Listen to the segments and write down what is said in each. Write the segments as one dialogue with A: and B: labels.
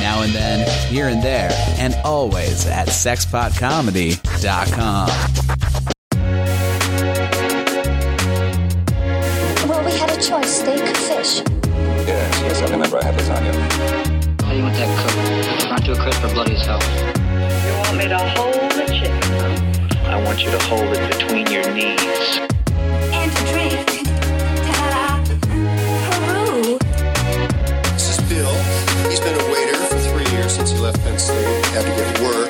A: now and then, here and there, and always at sexpotcomedy.com.
B: Well, we had a choice, steak or fish.
C: Yes, yes, I remember I had lasagna.
D: How do you want that cooked? Not too crisp or bloody sour.
E: You want me to hold the chicken?
F: I want you to hold it between your knees.
B: And to drift to Peru.
G: This is Bill. He's been a waiter for three years since he left Penn State. Had to get work.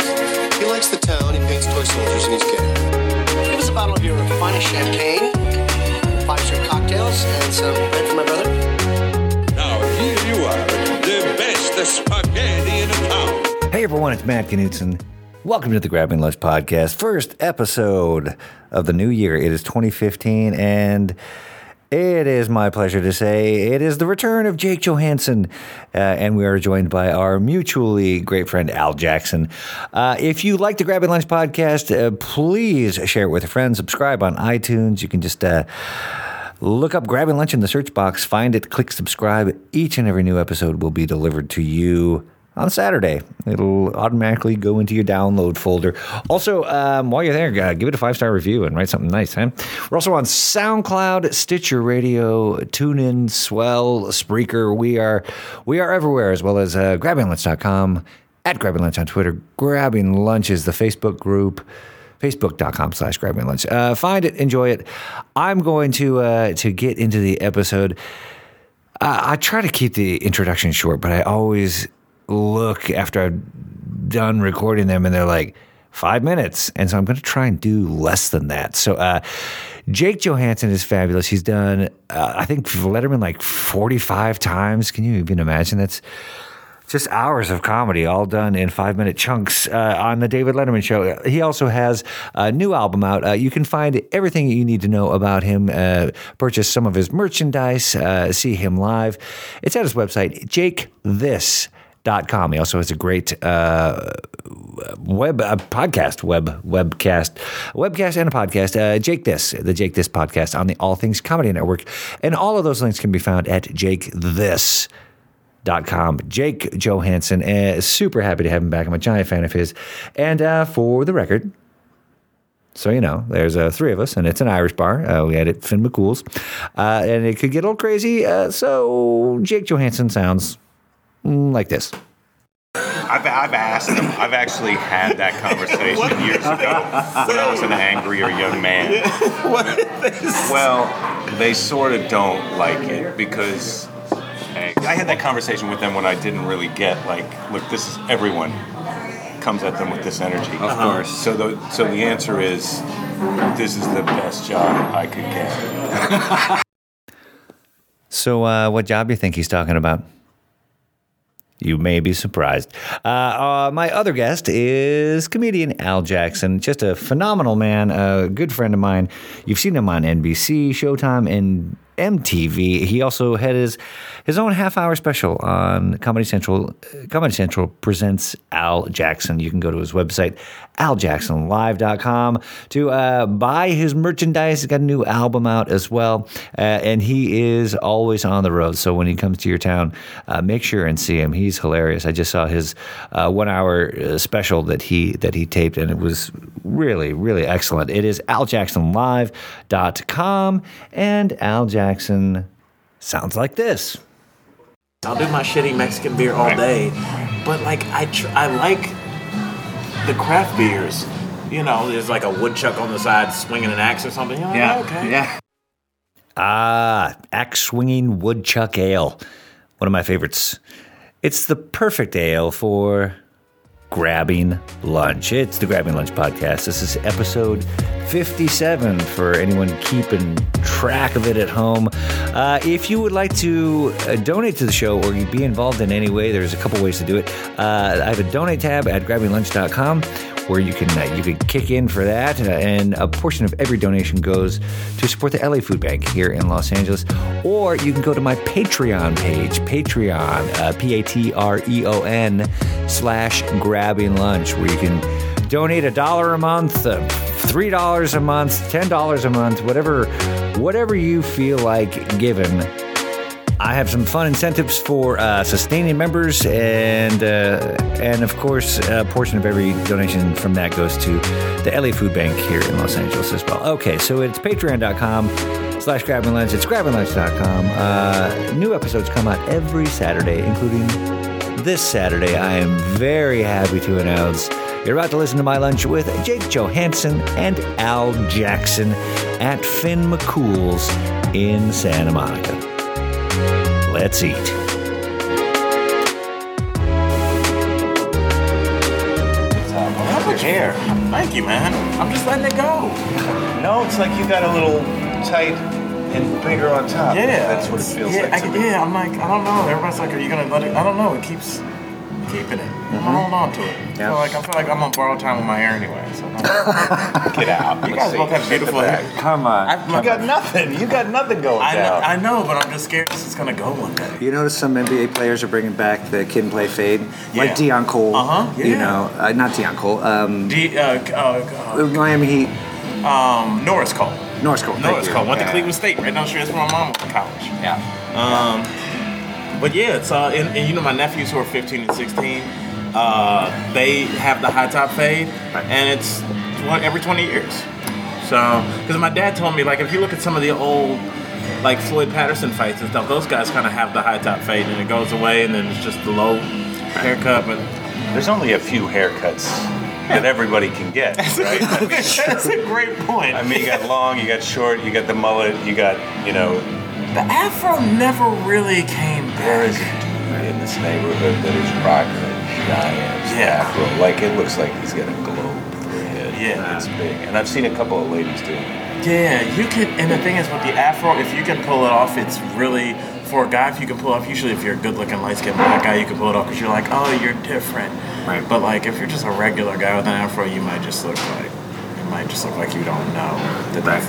G: He likes the town. He paints toy soldiers and he's gay. Give us a bottle of your finest champagne, five shrimp cocktails, and some bread for my brother.
H: Now here you are, the best spaghetti in town.
I: Hey everyone, it's Matt Knutson. Welcome to the Grabbing Lunch Podcast, first episode of the new year. It is 2015, and it is my pleasure to say it is the return of Jake Johansson, uh, and we are joined by our mutually great friend Al Jackson. Uh, if you like the Grabbing Lunch Podcast, uh, please share it with a friend. Subscribe on iTunes. You can just. Uh, Look up Grabbing Lunch in the search box, find it, click subscribe. Each and every new episode will be delivered to you on Saturday. It'll automatically go into your download folder. Also, um, while you're there, uh, give it a five star review and write something nice, huh? We're also on SoundCloud, Stitcher Radio, TuneIn, Swell, Spreaker. We are we are everywhere, as well as uh, grabbinglunch.com, at grabbing lunch on Twitter. Grabbing lunch is the Facebook group facebook.com slash grabbing lunch uh, find it enjoy it i'm going to uh, to get into the episode uh, i try to keep the introduction short but i always look after i've done recording them and they're like five minutes and so i'm going to try and do less than that so uh, jake johansson is fabulous he's done uh, i think letterman like 45 times can you even imagine that's just hours of comedy, all done in five minute chunks uh, on the David Letterman show. He also has a new album out. Uh, you can find everything you need to know about him, uh, purchase some of his merchandise, uh, see him live. It's at his website, jakethis.com. He also has a great uh, web uh, podcast, web webcast, webcast, and a podcast. Uh, Jake This, the Jake This podcast on the All Things Comedy Network, and all of those links can be found at Jake This dot com. Jake Johansson, uh, super happy to have him back. I'm a giant fan of his. And uh, for the record, so you know, there's uh, three of us, and it's an Irish bar. Uh, we had it Finn McCool's, uh, and it could get a little crazy. Uh, so Jake Johansson sounds mm, like this.
J: I've, I've asked him. I've actually had that conversation years ago when I was an angrier young man. Well, they sort of don't like it because I had that conversation with them when I didn't really get like, look, this is everyone comes at them with this energy. Of course. So the so the answer is, this is the best job I could get.
I: So, uh, what job do you think he's talking about? You may be surprised. Uh, uh, my other guest is comedian Al Jackson, just a phenomenal man, a good friend of mine. You've seen him on NBC, Showtime, and MTV. He also had his his own half hour special on Comedy Central. Comedy Central presents Al Jackson. You can go to his website, aljacksonlive.com, to uh, buy his merchandise. He's got a new album out as well. Uh, and he is always on the road. So when he comes to your town, uh, make sure and see him. He's hilarious. I just saw his uh, one hour uh, special that he that he taped, and it was really, really excellent. It is aljacksonlive.com. And Al Jackson sounds like this.
K: I'll do my shitty Mexican beer all day, but like I tr- I like the craft beers. You know, there's like a woodchuck on the side swinging an axe or something. You're like, okay.
L: yeah.
I: Ah, axe swinging woodchuck ale. One of my favorites. It's the perfect ale for grabbing lunch. It's the Grabbing Lunch Podcast. This is episode 57 for anyone keeping track of it at home. Uh, if you would like to uh, donate to the show or be involved in any way, there's a couple ways to do it. Uh, I have a donate tab at grabbinglunch.com where you can uh, you can kick in for that, uh, and a portion of every donation goes to support the LA Food Bank here in Los Angeles. Or you can go to my Patreon page, Patreon, uh, P A T R E O N slash grabbing lunch, where you can donate a dollar a month, uh, three dollars a month, ten dollars a month, whatever, whatever you feel like giving I have some fun incentives for uh, sustaining members, and uh, and of course, a portion of every donation from that goes to the LA Food Bank here in Los Angeles as well. Okay, so it's patreon.com slash grabbing lunch. It's grabbinglunch.com. Uh, new episodes come out every Saturday, including this Saturday, I am very happy to announce you're about to listen to My Lunch with Jake Johansson and Al Jackson at Finn McCool's in Santa Monica. Let's eat.
K: How much hair? Thank you, man. I'm just letting it go.
J: No, it's like you got a little tight and bigger on top.
K: Yeah,
J: that's what it feels
K: yeah,
J: like.
K: I,
J: to me.
K: Yeah, I'm like, I don't know. Everybody's like, are you gonna let it? I don't know. It keeps keeping it. I'm
I: Mm-hmm.
K: holding on to it. I feel like I feel like I'm on borrowed time with my hair anyway. So
J: Get out.
K: you guys both have beautiful hair.
I: Come on.
K: I've,
J: You got nothing. You got nothing going
K: I know,
J: down.
K: I know, but I'm just scared this is gonna go one day.
I: You notice some NBA players are bringing back the kid and play fade,
K: Yeah.
I: like Dion Cole.
K: Uh-huh,
I: You
K: yeah.
I: know, uh, not Dion Cole. Um,
K: D, uh, uh,
I: Miami Heat,
K: uh, um, Norris Cole.
I: Norris Cole. thank
K: Norris
I: you.
K: Cole went to
J: Yeah.
K: Cleveland State, right down the street. That's where my mom went to college.
I: Yeah.
K: Um, but yeah, it's uh, and, and you know my nephews who are 15 and 16, uh, they have the high top fade, and it's tw- every 20 years. So, because my dad told me like if you look at some of the old like Floyd Patterson fights and stuff, those guys kind of have the high top fade, and it goes away, and then it's just the low haircut. But
J: There's only a few haircuts that everybody can get, right? I mean,
K: that's a great point.
J: I mean, you got long, you got short, you got the mullet, you got, you know,
K: the afro never really came
J: there
K: back.
J: is a dude in this neighborhood that is rocking a giant
K: Yeah.
J: afro. Like, it looks like he's got a globe for a head.
K: Yeah.
J: It's big. And I've seen a couple of ladies doing it.
K: Yeah, you could, and the thing is with the afro, if you can pull it off, it's really for a guy. If you can pull it off, usually if you're a good-looking, light-skinned black guy, you can pull it off because you're like, oh, you're different.
I: Right.
K: But like, if you're just a regular guy with an afro, you might just look like. You might just look like you don't know that that's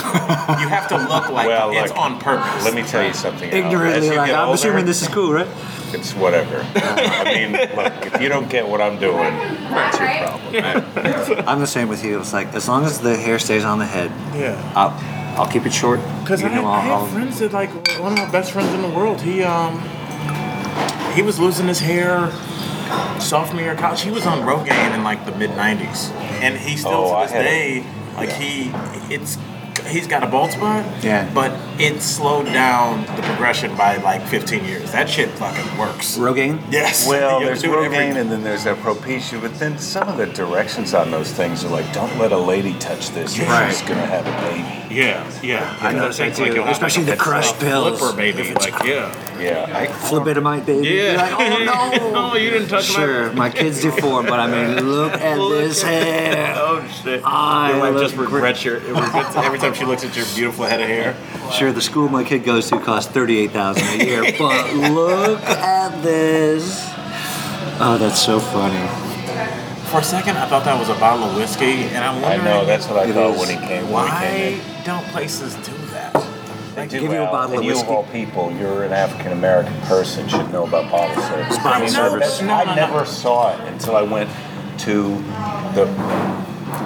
K: style. you have to look like
J: Well,
K: it's
J: look,
K: on purpose.
J: Let me tell you something. Al. As
I: Ignorantly,
J: you
I: like,
J: get
I: I'm
J: older,
I: assuming this is cool, right?
J: It's whatever. I mean, look, if you don't get what I'm doing, that's your problem.
I: I'm the same with you. It's like as long as the hair stays on the head,
K: Yeah.
I: I'll, I'll keep it short.
K: Because I,
I: You know,
K: I
I: I'll-
K: have friends that like one of my best friends in the world. He um he was losing his hair sophomore year of college. He was on Rogaine in like the mid '90s, and he still
J: Oh, I
K: to this
J: had it.
K: day like he it's he's got a bald spot.
I: Yeah.
K: But it slowed down the progression by like 15 years. That shit fucking works.
I: Rogaine.
K: yes.
J: Well,
K: You
J: there's
K: do it every-
J: Rogaine and then there's that Propecia, but then some of the directions on those things are like, don't let a lady touch this. or
I: Right.
J: She's gonna have a baby.
K: Yeah, yeah.
I: I noticed that too, especially the crushed pills.
K: Flipper baby, like yeah.
J: Yeah.
I: Flibitomite baby. You're like, oh no.
K: oh, you didn't touch my
I: Sure, my kids do four, but I mean, look at
K: Look
I: this
K: at-
I: hair.
K: Oh shit!
I: I
K: Your wife
I: look
K: just regrets your. It regrets every time she looks at your beautiful head of hair.
I: Sure, the school my kid goes to costs thirty-eight thousand a year, but look at this. Oh, that's so funny.
K: For a second, I thought that was a bottle of whiskey, and I'm
J: I
K: wondering
J: know. That's what I
I: It
J: thought
I: is.
J: when he came. When he came
K: why
J: in.
K: don't places do that?
J: They do,
I: give you a
J: Al,
I: bottle
J: and
I: of
J: you
I: whiskey.
J: all people, you're an African American person, should know about bottle service.
I: bottle
J: That's-
K: service. No,
J: I
K: no, no.
J: never saw it until I went to the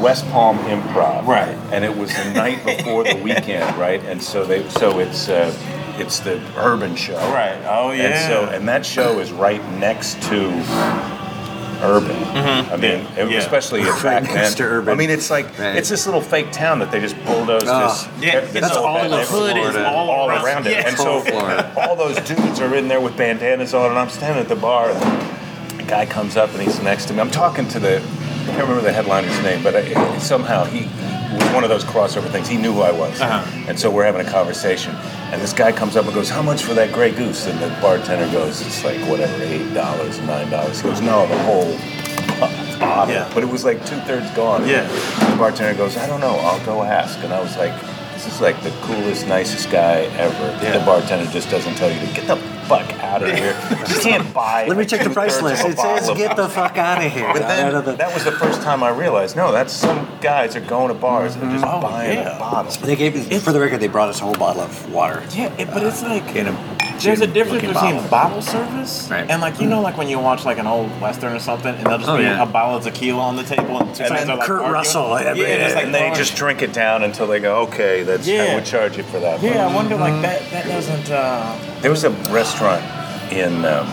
J: West Palm Improv.
K: Right.
J: And it was the night before the weekend, right? And so they, so it's. Uh, it's the urban show,
K: Right. Oh,
J: And
K: yeah.
J: so, and that show is right next to urban. I mean,
K: Mm-hmm. Yeah.
J: it-
K: Yeah.
J: especially if back then.
I: next to Urban.
J: I mean, it's like
I: Right.
J: it's this little fake town that they just bulldozed
I: Ah.
J: this.
K: Oh. Yeah,
J: this
K: that's
J: whole
K: all
J: bad
K: the
J: neighborhood
K: hood is all around.
J: around it.
K: Yes.
J: And so
I: Whole Florida.
J: all those dudes are in there with bandanas on, and I'm standing at the bar, and the guy comes up and he's next to me. I'm talking to the, I can't remember the headliner's name, but I, somehow he was one of those crossover things. He knew who I was.
K: Uh-huh.
J: And so we're having a conversation, and this guy comes up and goes, How much for that gray goose? And the bartender goes, It's like whatever, $8, $9. He goes, No, the whole. bottle."
K: Yeah.
J: But it was like two thirds gone.
K: Yeah.
J: The bartender goes, I don't know, I'll go ask. And I was like, this is like the coolest, nicest guy ever. The bartender just doesn't tell you to get the fuck out of here. You can't buy.
I: Let me
J: a
I: check the price
J: two-thirds
I: list.
J: of a
I: It says,
J: bottle of-
I: "Get the fuck out of here."
J: But
I: Out of
J: then
I: the-
J: that was the first time I realized, no, that's some guys are going to bars and just
K: Oh,
J: buying
K: yeah.
J: a bottle.
I: They gave, for the record, they brought us a whole bottle of water.
K: Yeah, it, but it's like
I: In a
K: There's a difference
I: looking
K: between
I: bottle.
K: bottle, service
I: Right.
K: and like you know like when you watch like an old western or something and they'll just
I: Oh,
K: be
I: yeah.
K: a bottle of tequila on the table and, two
I: And
K: friends
I: then
K: are, like,
I: Kurt
K: arguing.
I: Russell,
K: Yeah,
I: every-
K: it's like
J: and they
K: no,
J: just drink it down until they go, okay, that's
K: Yeah.
J: how we charge you for that.
K: Yeah, I wonder like that that doesn't uh
J: There was a restaurant in um,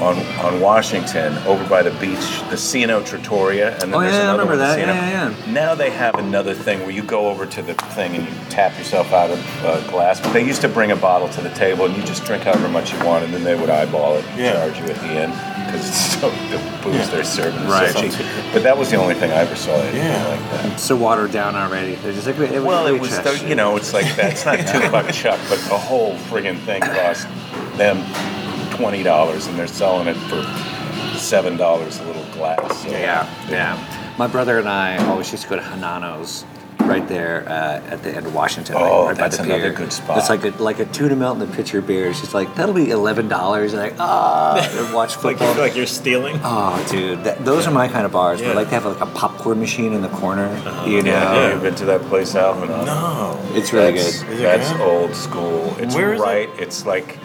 J: on on Washington over by the beach, the Cino Trattoria, and then
I: Oh,
J: there's
I: yeah, I
J: another
I: remember
J: one,
I: that.
J: Cino.
I: Yeah,
J: Now they have another thing where you go over to the thing and you tap yourself out of uh, glass. But they used to bring a bottle to the table and you just drink however much you want, and then they would eyeball it and
K: Yeah.
J: charge you at the end because it's so the booze
K: Yeah.
J: they're serving is
I: Right.
J: so cheap. But that was the only thing I ever saw anything
K: Yeah.
J: like that.
I: So watered down already. They're just like,
J: Well, it was thir- you know, it's like that. It's not two buck chuck, but the whole friggin' thing cost them twenty dollars, and they're selling it for seven dollars a little glass. So,
I: Yeah, yeah. My brother and I always used to go to Hanano's right there uh, at the end of Washington. like,
J: Oh,
I: right by the
J: that's another
I: pier.
J: good spot.
I: It's like a, like a tuna melt and a pitcher of beer. It's just like, that'll be $11. And like, ah, and watch
K: like you
I: football.
K: feel like you're stealing.
I: Oh, dude, that, those are my kind of bars. Where
K: Yeah.
I: like they have like a popcorn machine in the corner. You know,
J: Uh-huh. Yeah, you've been to that place, Alvin?
K: No.
I: it's really
J: that's,
I: good.
K: Is it
J: That's
K: good?
J: old school. It's
K: Where is it?
J: right. It's like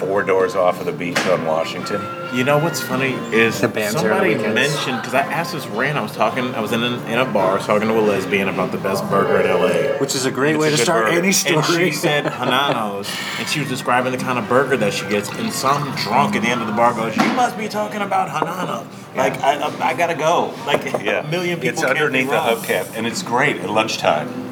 J: four doors off of the beach on Washington.
K: You know what's funny is
I: The bands are on the
K: somebody
I: weekends.
K: mentioned because I asked this rant. I was talking. I was in, an, in a bar I was talking to a lesbian about the best burger in LA.
I: Which is a great way
J: It's a good
I: to start
J: burger.
I: any story.
K: And she said Hanano's, and she was describing the kind of burger that she gets. And some drunk at the end of the bar goes, "You must be talking about Hanano. Like I, I, I gotta go. Like a million people.
J: It's
K: can't be
J: underneath the
K: wrong."
J: hubcap, and it's great at lunchtime.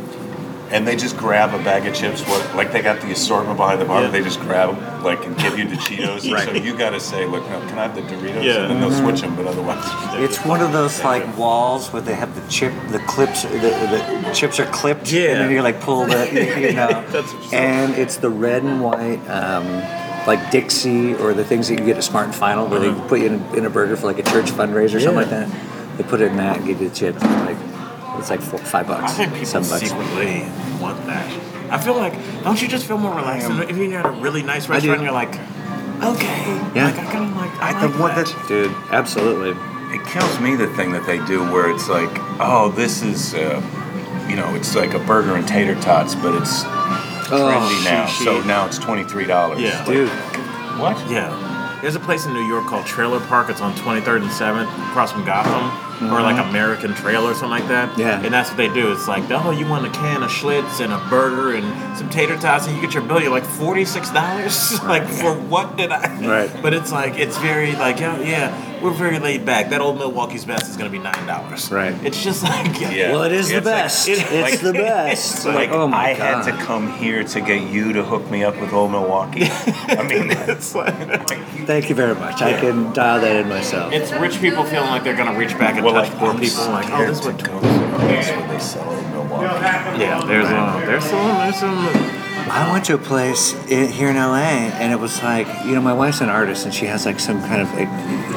J: And they just grab a bag of chips, what, like they got the assortment behind the bar,
K: Yeah.
J: they just grab 'em, like and give you the Cheetos.
K: Right.
J: So you got to say, look, no, can I have the Doritos?
K: Yeah.
J: And then they'll switch them, but otherwise,
I: It's one of those like walls where they have the chip, the clips, the, the chips are clipped, and then
K: Yeah.
I: you like pull the, you know,
K: That's absurd.
I: and it's the red and white, um, like Dixie or the things that you get at Smart and Final, where they put you in a, in a burger for like a church fundraiser or something like
K: Uh-huh. Yeah.
I: that. They put it in that and give you the chip. Like it's like four, five
K: I
I: bucks,
K: think people
I: seven bucks.
K: secretly want that. I feel like don't you just feel more relaxed
I: am.
K: if you're at a really nice
I: I do.
K: restaurant? You're like, okay,
I: Yeah.
K: Like I kind of like I,
I: The
K: like
I: one
K: that.
I: that- dude, absolutely.
J: it kills me the thing that they do where it's like, oh, this is, uh, you know, it's like a burger and tater tots, but it's trendy now.
K: Oh, she-
J: So now it's twenty three dollars.
K: Yeah.
I: Dude,
J: What?
K: Yeah. There's a place in New York called Trailer Park. It's on 23rd and 7th, across from Gotham, or like American Trail or something like that.
I: Mm-hmm. Yeah.
K: And that's what they do. It's like, oh, you want a can of Schlitz and a burger and some tater tots, and you get your bill. You're like $46. like for what did I?
I: Right.
K: But it's like it's very like yeah, yeah, we're very laid back. That old Milwaukee's best is gonna be nine dollars.
I: Right.
K: It's just like
J: Yeah.
I: well, it is the
J: It's like-
I: best.
K: it-
I: it's
K: like-
I: the best.
J: It's like,
I: oh my
J: I
I: god.
J: had to come here to get you to hook me up with old Milwaukee. I mean,
K: It's like
I: Thank you very much. I can dial that in myself.
K: it's rich people feeling like they're gonna reach back and
J: well,
K: touch
J: like
K: poor
J: I'm
K: people. Like oh,
J: scared
K: this is what
J: to go to the place where they sell old Milwaukee.
K: Yeah, there's uh, there's some there's some.
I: I went to a place i here in LA, and it was like, you know, my wife's an artist, and she has like some kind of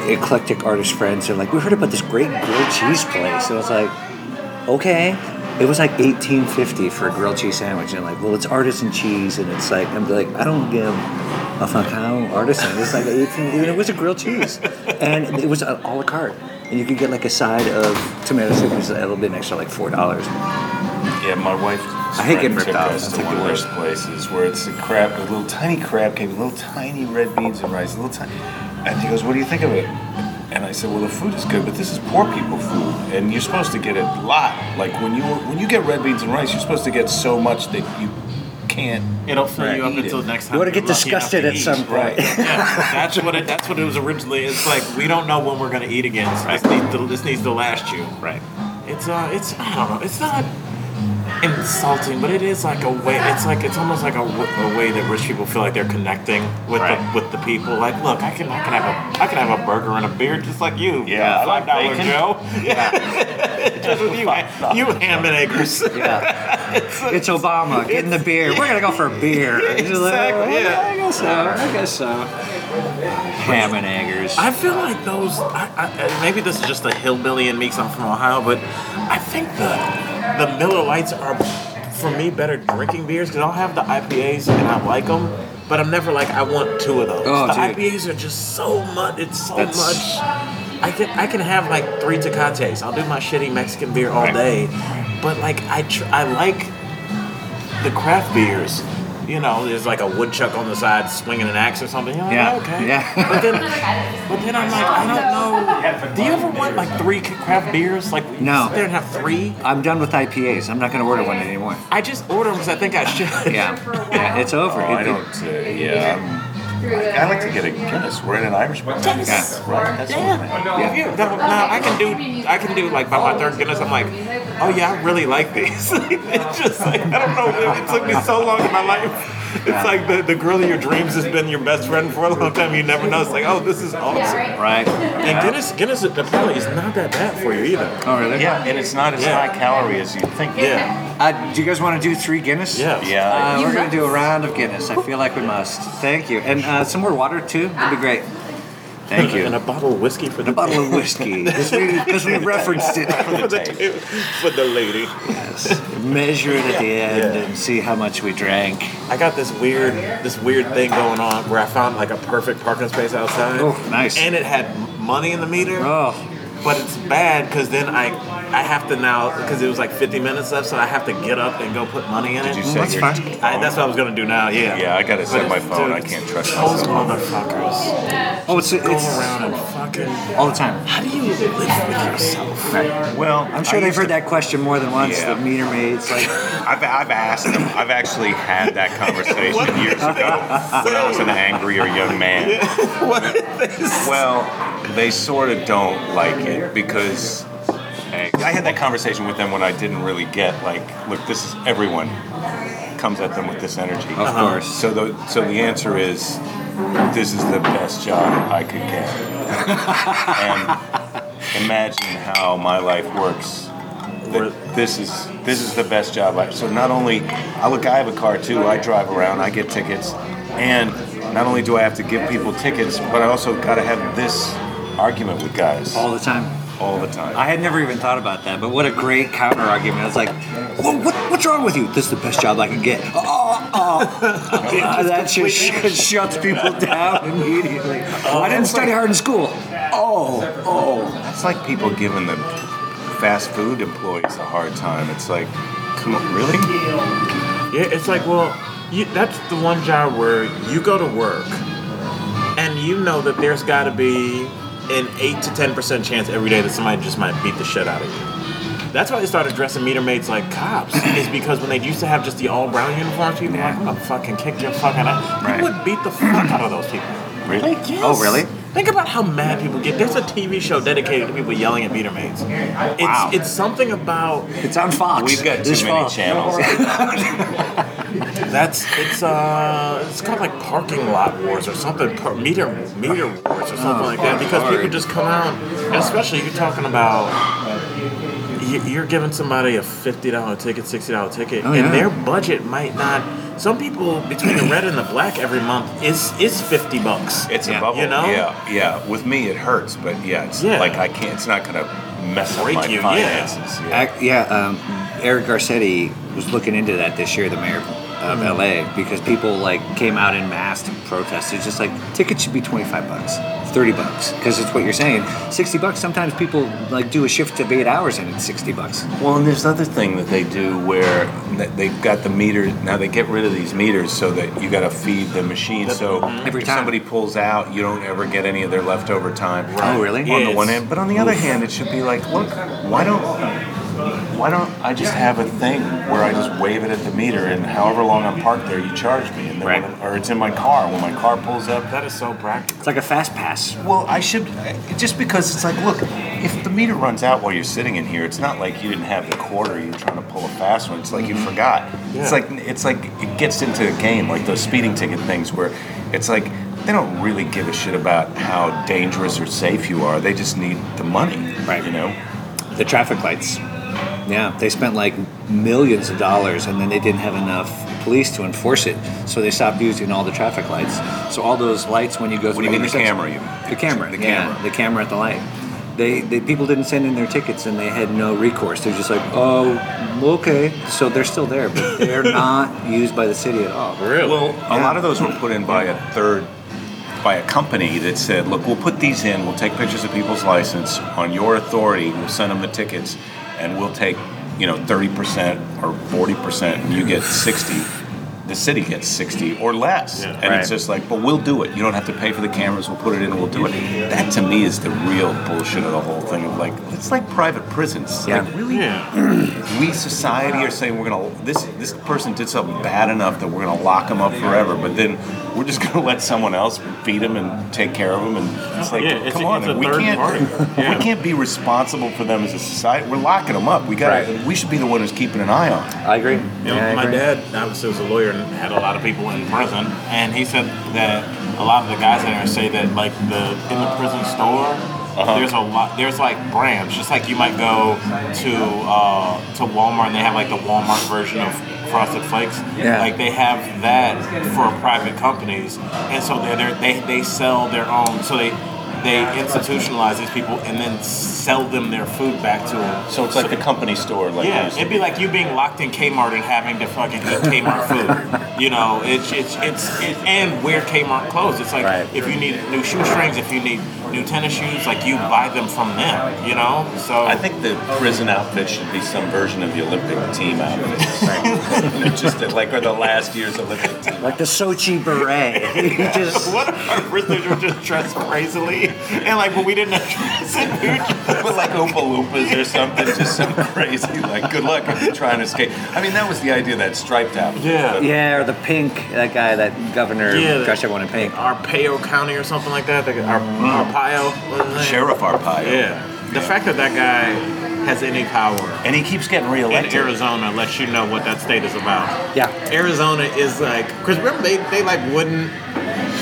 I: e- eclectic artist friends. They're like, we heard about this great grilled cheese place. And I was like, okay. It was like eighteen fifty for a grilled cheese sandwich, and like, well, it's artisan cheese, and it's like, I'm like, I don't give a fuck how artisan. It's like eighteen. and It was a grilled cheese, and it was a la carte, and you could get like a side of tomato soup, which is a little bit extra, like four dollars.
J: Yeah, my wife.
I: I hate getting ripped
J: took
I: off.
J: us
I: That's
J: to
I: like
J: one
I: the
J: of those
I: worst.
J: places where it's a crab, a little tiny crab cake, with little tiny red beans and rice, a little tiny. And he goes, "What do you think of it?" And I said, "Well, the food is good, but this is poor people food, and you're supposed to get a lot. Like when you when you get red beans and rice, you're supposed to get so much that you can't."
K: It'll fill you up
J: Eat it.
K: until next time.
I: You want to
K: you're
I: get
K: lucky enough
I: disgusted
K: to
I: at
K: eat.
I: some point.
K: Yeah, that's what it. That's what it was originally. It's like we don't know when we're gonna eat again. So this, needs to, this needs to last you.
I: Right.
K: It's uh, it's I don't know. It's not insulting, but it is like a way. It's like it's almost like a, w- a way that rich people feel like they're connecting with
I: Right.
K: the with the people. Like, look, I can I can have a I can have a burger and a beer just like you.
J: Yeah, I like
K: five dollar
J: bacon.
K: Joe. Yeah. you, you ham and eggers.
I: Yeah. it's Obama getting the beer. We're gonna go for a beer. It's just like,
K: Exactly,
I: "Oh,
K: yeah.
I: I guess so. I guess so. Ham and eggers.
K: I feel like those. I, I, and maybe this is just the hillbilly in me 'cause I'm from Ohio, but I think the the Miller Lights are for me better drinking beers because I'll have the IPAs and I like them, but I'm never like I want two of those.
I: Oh,
K: the
I: dude.
K: IPAs are just so much. It's so
I: That's-
K: much. I can I can have like three tecates. I'll do my shitty Mexican beer all day, but like I tr- I like the craft beers. You know, there's like a woodchuck on the side swinging an axe or something. You're like,
I: Yeah,
K: okay.
I: yeah.
K: But then, but then I'm like, I don't know. Do you ever want like three craft beers? Like you
I: No.
K: sit there and have three?
I: I'm done with IPAs. I'm not going to order one anymore.
K: I just order them because I think I should.
I: Yeah, yeah, it's over.
J: I
I: It-
J: don't. Uh, yeah, I'm, I like to get a Guinness. We're in an Irish bar.
K: Yes.
J: Yeah, right. That's what I-
K: Yeah. yeah. No, no, I can do. I can do like by my third Guinness. I'm like, oh yeah, I really like these. it's just like I don't know. It, it took me so long in my life. It's like the, the girl of your dreams has been your best friend for a long time. You never know. It's like, oh, this is awesome.
I: Right.
K: And Guinness, Guinness, the probably is not that bad for you either.
I: Oh, really?
J: Yeah, and it's not as
K: Yeah.
J: high calorie as you think.
K: Yeah.
I: Uh, do you guys want to do three Guinness?
K: Yeah. Um,
J: Yeah.
I: Uh, we're going to do a round of Guinness. I feel like we must. Thank you. And uh, some more water, too. That'd be great. Thank you.
K: And a bottle of whiskey for the
I: A bottle of whiskey. Because we, 'cause we referenced it.
K: for the, two- for the lady.
I: Measure it at the end and see how much we drank.
K: I got this weird this weird thing going on where I found like a perfect parking space outside.
I: Oh, nice.
K: And it had money in the meter.
I: Oh,
K: But it's bad because then I I have to now because it was like 50 minutes left, so I have to get up and go put money in it.
J: you set That's your fine.
K: I, that's what I was gonna do now. Yeah.
J: Yeah, I gotta set
K: But
J: my
K: it's-
J: phone.
K: dude,
J: I can't trust
K: Those
J: myself.
K: motherfuckers
I: oh it's,
K: go
I: it's
K: around and fucking.
I: all the time.
K: How do you live with yourself?
J: Well,
I: I'm sure they've heard that question more than once.
J: Yeah.
I: The meter maids, like,
J: I've, I've asked them. I've actually had that conversation years ago when I was an angrier young man.
K: what is
J: Well, they sort of don't like it because I had that conversation with them when I didn't really get like, look, this is everyone comes at them with this energy.
I: of course.
J: So the so the answer is, this is the best job I could get. and imagine how my life works. That this is this is the best job. I, so not only I look, I have a car too. I drive around. I get tickets, and not only do I have to give people tickets, but I also got to have this argument with guys all,
I: All the time.
J: the time.
I: I had never even thought about that, but what a great counter argument. I was like, "Wha- what, what's wrong with you? This is the best job I can get. Oh, oh, oh. Uh, that just sh- shuts people down immediately. I didn't
J: Oh, that's
I: study
J: like-
I: hard in school. Oh, oh.
J: That's like people giving the fast food employees a hard time. It's like, come on, really?
K: Yeah, it's like, well, you, that's the one job where you go to work and you know that there's got to be an 8 to 10% chance every day that somebody just might beat the shit out of you. That's why they started dressing meter maids like cops, is because when they used to have just the all brown uniforms, people were like, I'm gonna fucking kick your fucking ass.
J: Right.
K: You would beat the fuck out of those people.
J: Really?
K: Like, yes.
I: Oh, really?
K: Think about how mad people get. There's a TV show dedicated to people yelling at meter maids. It's,
I: Wow.
K: it's something about
I: It's on Fox.
J: We've got
I: This
J: too many
I: fall.
J: channels.
K: That's it's uh it's called like parking lot wars or something par- meter meter wars or something like that because people
I: Lord.
K: just come out and especially you're talking about you- you're giving somebody a fifty dollar ticket sixty dollar ticket
I: Oh,
K: and
I: yeah.
K: their budget might not some people between the red and the black every month is is fifty bucks
J: It's
I: Yeah.
J: a bubble.
K: You know?
J: Yeah, yeah. With me, it hurts, but yeah, it's
K: Yeah.
J: like I can't. It's not gonna mess
K: Break
J: up my
K: you, yeah.
J: finances. Yeah.
I: Ac- yeah, um, Eric Garcetti was looking into that this year, the mayor of
J: Mm-hmm.
I: LA, because people like came out in mass to protest. It's just like tickets should be twenty five bucks, thirty bucks, because it's what you're saying. Sixty bucks. Sometimes people like do a shift of eight hours and it's sixty bucks.
J: Well, and there's another thing that they do where th- they've got the meter. Now they get rid of these meters so that you got to feed the machine. So
I: Mm-hmm. Every
J: if
I: time.
J: somebody pulls out, you don't ever get any of their leftover time.
I: Oh, really?
J: On
K: Yeah,
J: the one
K: it's-
J: hand, but on the other hand, it should be like, look, why don't why don't I just have a thing where I just wave it at the meter and however long I'm parked there, you charge me, and then
I: Right.
J: when I'm- or it's in my car when my car pulls up.
K: that is so practical
I: It's like a fast pass.
J: Well, I should just because it's like, look, if the meter runs out while you're sitting in here, it's not like you didn't have the quarter. You're trying to pull a fast one. It's like you forgot.
K: Yeah.
J: It's like it's like it gets into a game, like those speeding ticket things, where it's like they don't really give a shit about how dangerous or safe you are. They just need the money,
I: Right.
J: You know.
I: The traffic lights. Yeah, they spent like millions of dollars and then they didn't have enough police to enforce it, so they stopped using all the traffic lights. So all those lights when you go through
J: do you mean, the
I: intersection-
J: camera, you-
I: the camera,
J: the
I: yeah,
J: camera.
I: the camera at the light. They, they people didn't send in their tickets and they had no recourse. They're just like, oh, okay, so they're still there, but they're not used by the city at all.
K: really
J: Well, a lot of those were put in by a third, by a company that said, look, we'll put these in, we'll take pictures of people's license on your authority, we'll send them the tickets, and we'll take, you know, 30% or 40%, and you get 60. the city gets 60 or less. and
M: Right.
J: it's just like, but we'll do it. You don't have to pay for the cameras. We'll put it in. We'll do it. That to me is the real bullshit of the whole thing. Of like, it's like private prisons.
M: Yeah.
J: Like, really? we society are saying we're gonna this this person did something bad enough that we're gonna lock them up forever, but then we're just gonna let someone else feed them and take care of them. And it's like,
K: Yeah, it's
J: come
K: a-
J: on,
K: it's a
J: we
K: third
J: can't
K: party.
J: we can't be responsible for them as a society. We're locking them up. We got to we should be the one who's keeping an eye on.
N: I agree.
K: You know, my dad obviously was a lawyer and had a lot of people in prison, and he said that a lot of the guys in there say that like the in the prison store. There's a lot. There's like brands, just like you might go to uh, to Walmart and they have like the Walmart version of Frosted Flakes.
M: Yeah.
K: Like they have that for private companies, and so they're, they're, they they sell their own. So they they institutionalize these people and then sell them their food back to them.
J: So it's like the company store, like
K: yeah,
J: you said.
K: it'd be like you being locked in Kmart and having to fucking eat Kmart food. You know, it's it's it's it, and wear Kmart clothes. It's like if you need new shoestrings, if you need new tennis shoes, like you buy them from them. You know, so
J: I think the prison outfit should be some version of the Olympic team outfit. just that, like or the last year's Olympic team.
I: Like the Sochi beret. You just
K: what if our prisoners were just dressed crazily and like when we didn't address it, we were just
J: But like Oompa Loompas or something, just some crazy like good luck if you're trying to escape. I mean, that was the idea of that striped outfit. But-
I: yeah, or the pink that guy, that governor,
K: Yeah.
I: gosh, everyone in pink.
K: Arpaio County or something like that. Like Ar- Arpaio, what is his name?
J: Sheriff Arpaio.
K: Yeah. The fact that that guy has any power
J: and he keeps getting reelected
K: in Arizona lets you know what that state is about.
I: Yeah.
K: Arizona is like because remember they they like wouldn't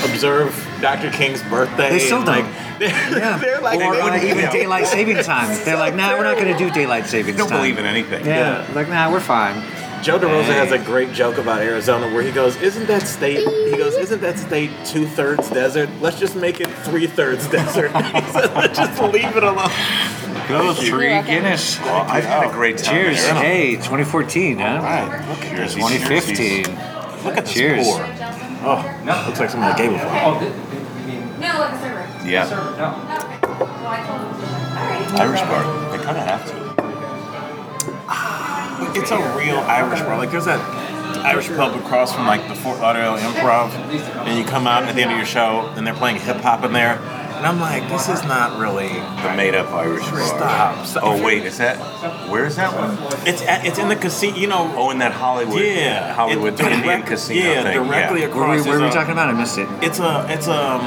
K: observe Dr. King's birthday.
I: They still
K: and,
I: don't.
K: Like, they're, they're like
I: or
K: they
I: uh,
K: wouldn't
I: even
K: know.
I: daylight saving time. They're like, nah, we're not going to do daylight savings
K: Don't
I: time.
K: believe in anything.
I: Yeah, like nah, we're fine.
K: Joe DeRosa
I: Hey.
K: has a great joke about Arizona where he goes, Isn't that state he goes, Isn't that state two thirds desert? Let's just make it three thirds desert. he says, Let's just leave it alone.
J: Go three Guinness. Well, I've had a great time.
I: Cheers.
J: there.
I: Hey, 2014, huh? All
J: right. Cheers.
I: 2015.
J: Look at this
I: Cheers.
J: pour.
K: Oh, no. Looks like someone that gave a
E: No, like a server.
J: Yeah.
E: Server, no. Well, I told him.
J: Irish bar. They kind of have to.
K: Ah, It's a real Irish bar. Like there's that Irish pub across from like the Fort Lauderdale Improv, and you come out at the end of your show and they're playing hip hop in there, and I'm like, this is not really
J: The made up Irish bar.
K: Stop, stop.
J: Oh, wait, is that. Where is that one?
K: It's at, it's in the casino. You know.
J: Oh, in that Hollywood.
K: Yeah,
J: Hollywood
K: it-
J: Indian
K: direct-
J: casino
K: yeah,
J: thing.
K: directly
J: yeah.
K: across Where we- where is we a-
I: talking about? I missed it.
K: It's a it's um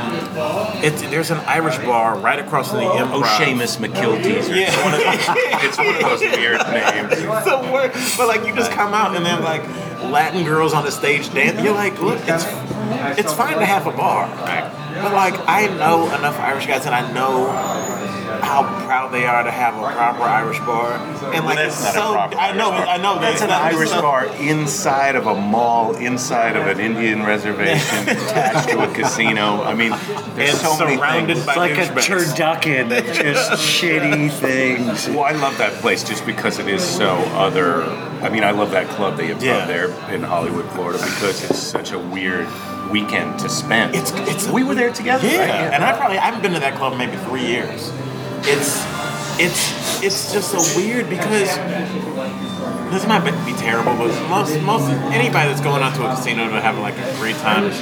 K: it's there's an Irish bar right across from the Improv.
J: Oh, Seamus McKilties or
K: Yeah.
J: one of those- it's one of those weird names.
K: It's the worst. But like you just come out and then like Latin girls on the stage dance. You're like, look, it's it's fine to have a bar, but like I know enough Irish guys and I know how proud they are to have a proper Irish bar. And
J: Well,
K: like
J: that's
K: it's
J: not a
K: so
J: proper
K: I know
J: Irish bar.
K: I know that
J: that's
K: it's
J: an
K: not-
J: Irish
K: it's not-
J: bar inside of a mall, inside of an Indian reservation, attached to a casino. I mean, there's
K: And
J: so many
K: surrounded
J: things.
K: by It's like a douchebags.
I: turducken of just shitty things.
J: Well, I love that place just because it is so other. I mean, I love that club they have
K: Yeah.
J: up there in Hollywood, Florida, because it's such a weird weekend to spend. It's,
K: it's
J: we were there together.
K: Yeah,
J: right?
K: and I probably I haven't been to that club in maybe three years. It's it's it's just so weird because this might be terrible, but most most anybody that's going out to a casino to have like a free time is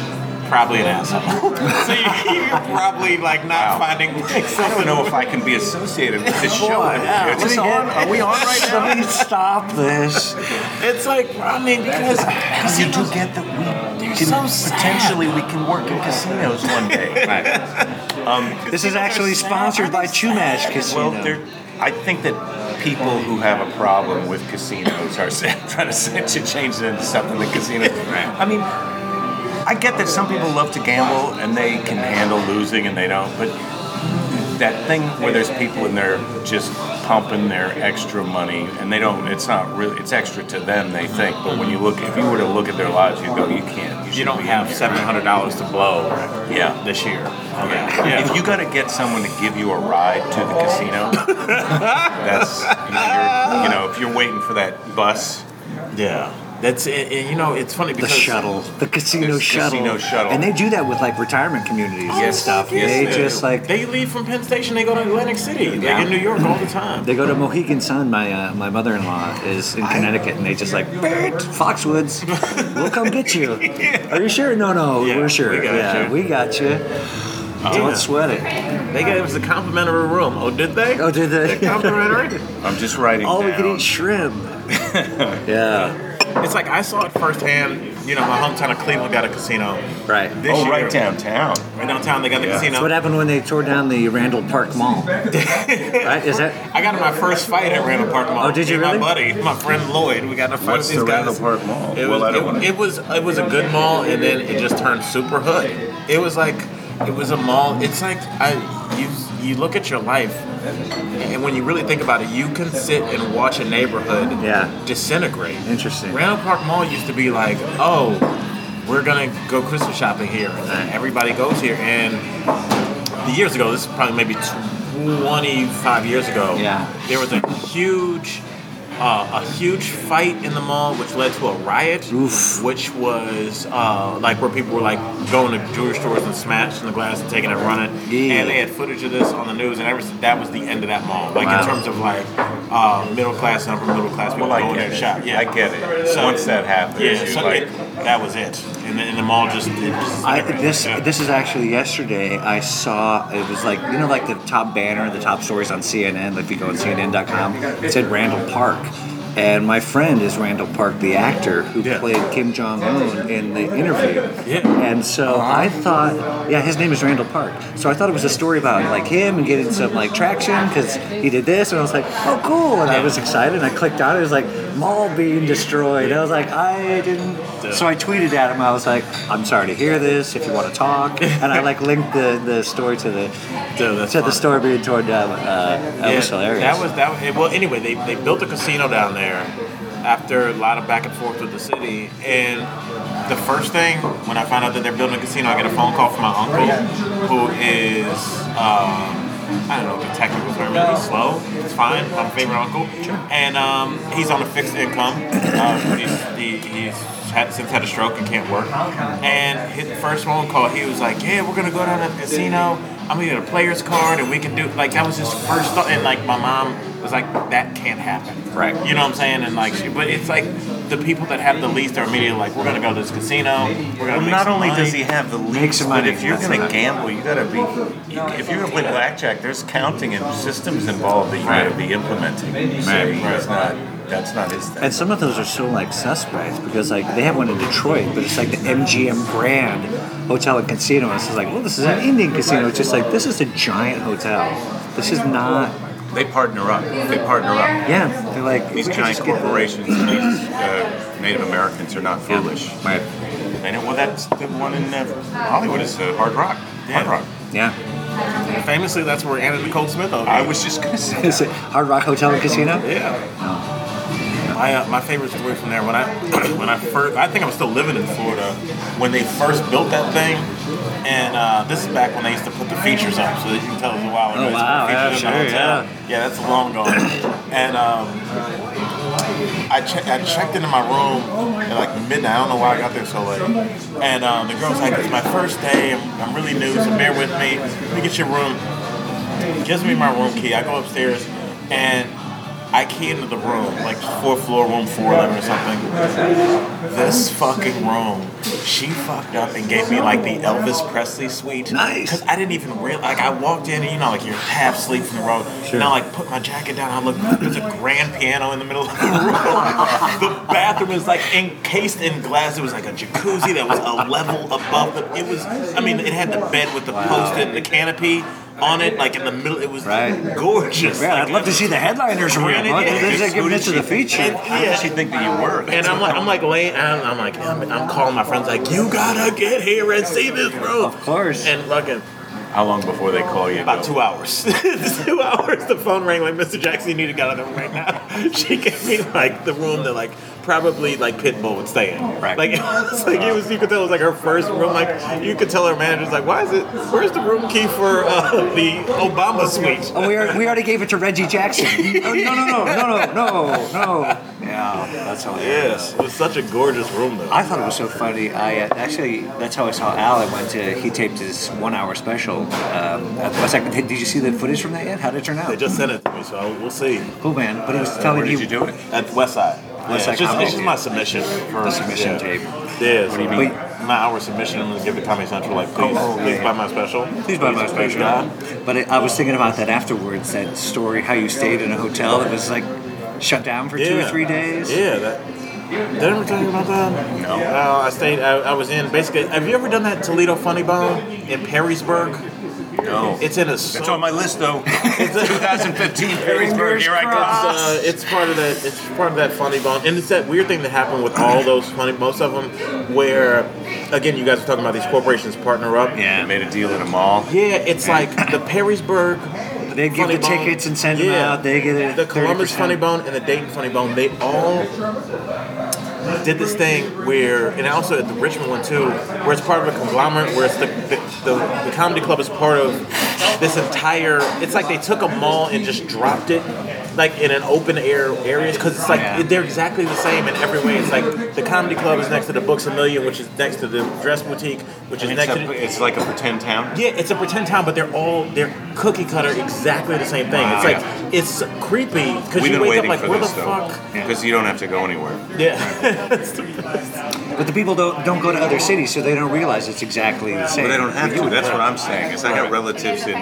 K: probably an asshole. so you, you're probably like not finding. I
J: don't know if I can be associated with this show.
K: Yeah,
J: Is this on? Are we on right now?
I: stop this.
K: It's like I mean because you do
J: get the can-
K: weed. So sad.
J: potentially we can work in casinos one day. Um,
I: This is actually sponsored by Chumash Casino.
J: Well, there, I think that people who have a problem with casinos are trying to, set, to change it into something that casinos. I mean, I get that some people love to gamble and they can handle losing and they don't, but that thing where there's people and they're just pumping their extra money and they don't it's not really it's extra to them they think but when you look if you were to look at their lives you'd go you can't you, don't have
K: seven hundred dollars to blow
J: yeah
K: this year
J: yeah. if you got to get someone to give you a ride to the casino that's you're, you know if you're waiting for that bus
K: yeah That's and, and, you know it's funny
I: The
K: because
I: shuttle, the casino
K: There's
I: shuttle.
K: casino shuttle.
I: and they do that with like retirement communities and stuff. they just like
K: they leave from Penn Station, they go to Atlantic City,
I: Yeah.
K: like in New York all the time.
I: They go to Mohegan Sun. My uh, my mother in law is in Connecticut, and they just like Bert Foxwoods, we'll come get you. Are you sure? No, no, we're sure.
K: we Oh, got
I: yeah,
K: you."
I: we got you. Don't sweat it.
K: They gave us a complimentary room. Oh, did they?
I: Oh, did they?
K: complimentary.
J: I'm just writing.
K: Oh, we
J: down.
K: could
I: eat shrimp.
K: yeah. It's like I saw it firsthand. You know, my hometown of Cleveland got a casino.
I: Right.
K: This
J: Oh,
K: year,
J: right downtown.
K: Right downtown, they got the
I: That's
K: casino.
I: what happened when they tore down the Randall Park Mall. right? Is that
K: I got in my first fight at Randall Park Mall.
I: Oh, did you
K: Me and
I: really?
K: My buddy, my friend Lloyd, we got in a fight
J: What's
K: with these
J: the
K: guys.
J: Randall Park Mall?
K: It
J: Well,
K: was,
J: I don't
K: it,
J: wanna-
K: it was it was a good mall, and then it just turned super hood. It was like it was a mall. It's like I you you look at your life, and when you really think about it, you can sit and watch a neighborhood disintegrate.
I: Interesting.
K: Randall Park Mall used to be like, oh, we're gonna go Christmas shopping here, and then everybody goes here. And years ago, this is probably maybe 25 years ago. Yeah. There was a huge, uh, a huge fight in the mall, which led to a riot, which was uh, like where people were like going to jewelry stores and smashing the glass and taking it and running. And they had footage of this on the news, and ever, that was the end of that mall. Like
J: Wow.
K: in terms of like uh, middle class and upper middle class people
J: Well, I
K: going
J: get
K: there and
J: it.
K: shop. Yeah,
J: I get it. Once that happens,
K: yeah,
J: you
K: so
J: like-
K: it- that was it. And then and the mall just. It just
I: I, this this is actually yesterday. I saw it was like you know like the top banner, the top stories on CNN. Like if you go on CNN.com, it said Randall Park, and my friend is Randall Park, the actor who played Kim Jong Un in the interview. Yeah. And so I thought, yeah, his name is Randall Park. So I thought it was a story about like him and getting some like traction because he did this, and I was like, oh cool, and I was excited, and I clicked on it. It was like mall being destroyed. I was like, I didn't. So I tweeted at him. I was like, "I'm sorry to hear this. If you want to talk," and I like linked the, the story to the to the story being torn down. Uh, that was hilarious.
K: That was that. Was, well, anyway, they, they built a casino down there after a lot of back and forth with the city. And the first thing when I found out that they're building a casino, I get a phone call from my uncle, who is um, I don't know what the technical term is. He's slow. It's fine. My favorite uncle. And um, he's on a fixed income. Uh, he's he, he's had, since had a stroke and can't work. And his first phone call, he was like, "Yeah, we're gonna go down to the casino. I'm gonna get a player's card, and we can do like that was his first thought." And like my mom was like, "That can't happen."
I: Right.
K: You know what I'm saying? And like, she, but it's like the people that have the least are immediately like, "We're gonna go to this casino. We're gonna."
J: Well,
K: make
J: not
K: some
J: only
K: money."
J: does he have the leaks, but if you're going to gamble, you got to be. you- If you're going to play blackjack, there's counting and systems involved that you got to be implementing. So That's not. That's not his thing.
I: And some of those are so like suspect because like they have one in Detroit, but it's like the MGM Grand Hotel and Casino. And it's just like, well, this is an Indian casino. It's just like this is a giant hotel. This is not.
J: They partner up. They partner up.
I: Yeah, they're like
J: these
I: we could
J: giant
I: just get the-
J: corporations. and these uh, Native Americans are not foolish.
I: Right.
J: They know. Well, that's the one in uh, Hollywood is uh, Hard Rock. Hard Rock.
I: Yeah.
K: Famously, that's where Anna Nicole Smith.
J: I was just going to say.
I: Is it Hard Rock Hotel and Casino?
K: Yeah. My, uh, my favorite story from there when I when I first I think I was still living in Florida when they first built that thing and uh, this is back when they used to put the features up so that you can tell it was a while ago. They
I: Oh,
K: used to put
I: wow, yeah,
K: features in the
I: sure,
K: hotel. yeah, that's long gone. and um, I che- I checked into my room at like midnight. I don't know why I got there so late. And um, the girl's like, "It's my first day. I'm, I'm really new, so bear with me. Let me get your room." gives me my room key. I go upstairs and I key into the room, like fourth floor, room 411 or something. This fucking room, she fucked up and gave me like the Elvis Presley suite. Nice. Because I didn't even realize, like, I walked in and you know, like you're half asleep in the road. And I like put my jacket down. I look, there's a grand piano in the middle of the room. the bathroom is like encased in glass. It was like a jacuzzi that was a level above the, it was, I mean, it had the bed with the post and the canopy on it, like in the middle. It was gorgeous.
I: Yeah,
K: like,
I: I'd love to see the headliners room.
K: Granted,
I: Huh?
K: yeah.
I: They're just giving it to the feature.
K: How did she
J: think that you were?
K: And I'm like, I'm like laying, I'm, I'm like, I'm, I'm calling my friends, like, you gotta get here and see this room. Of
I: course.
K: And fucking
J: How long before they call you?
K: about two hours. two hours, the phone rang, like, Mr. Jackson, you need to get out of the room right now. she gave me, like, the room that, like, probably, like, Pitbull would stay in. Right. Like, it was, like, it was, you could tell it was, like, her first room. Like, you could tell her manager's, like, why is it, where's the room key for uh, the Obama suite?
I: Oh, we, are, we already gave it to Reggie Jackson. Oh, no, no, no, no, no, no, no. Wow, that's hilarious.
K: Yes, it was such a gorgeous room though.
I: I thought it was so funny. I uh, actually, that's how I saw Al. I went to, he taped his one hour special. Um, at West Side. did you see the footage from that yet? How did it turn out?
K: They just Uh, sent it to me, so we'll see.
I: Cool, man. But he was telling you.
K: it? At Westside.
I: Westside
K: it's just,
I: Comedy.
K: it's just my submission. For,
I: The submission
K: yeah.
I: tape.
K: Yeah.
I: What
K: so
I: do you mean?
K: My hour submission, I'm going to give it Comedy Central, like, please,
I: oh,
K: please
I: yeah.
K: buy my special.
I: Please buy my
K: please,
I: special.
K: God.
I: But I I was thinking about that afterwards. That story, how you stayed in a hotel that was like shut down for two or three days.
K: Yeah, that. Did I ever tell you about that? No. I stayed. I, I was in basically. Have you ever done that Toledo Funny Bone in Perrysburg? No. It's in a. Oh. It's on my list though. it's 2015
J: Perrysburg, here I come.
K: It's, uh, it's part of that. It's part of that Funny Bone, and it's that weird thing that happened with all those funny, most of them, where, again, you guys are talking about these corporations partner up. Yeah.
J: Made a deal in a mall.
K: Yeah, it's like the Perrysburg.
I: They give
K: Funny
I: the
K: Bone-
I: tickets and send them out, they get it
K: The Columbus
I: 30%.
K: Funny Bone and the Dayton Funny Bone. They all did this thing where, and also at the Richmond one too, where it's part of a conglomerate, where it's the the, the, the comedy club is part of this entire. It's like they took a mall and just dropped it. Like in an open air area, because it's like they're exactly the same in every way. It's like the comedy club is next to the Books a Million, which is next to the Dress Boutique, which is
J: It's
K: next
J: a-
K: to the,
J: it's like a pretend town.
K: yeah, it's a pretend town, but they're all they're cookie cutter exactly the same thing. It's like it's creepy because
J: We've
K: you
J: been
K: wake up
J: waiting
K: like,
J: for
K: where the
J: this
K: fuck?
J: though, because you don't have to go anywhere.
K: Yeah.
I: But the people don't don't go to other cities, so they don't realize it's exactly the same.
J: But they don't have to. That's what I'm saying. Is I got
I: Right.
J: relatives in.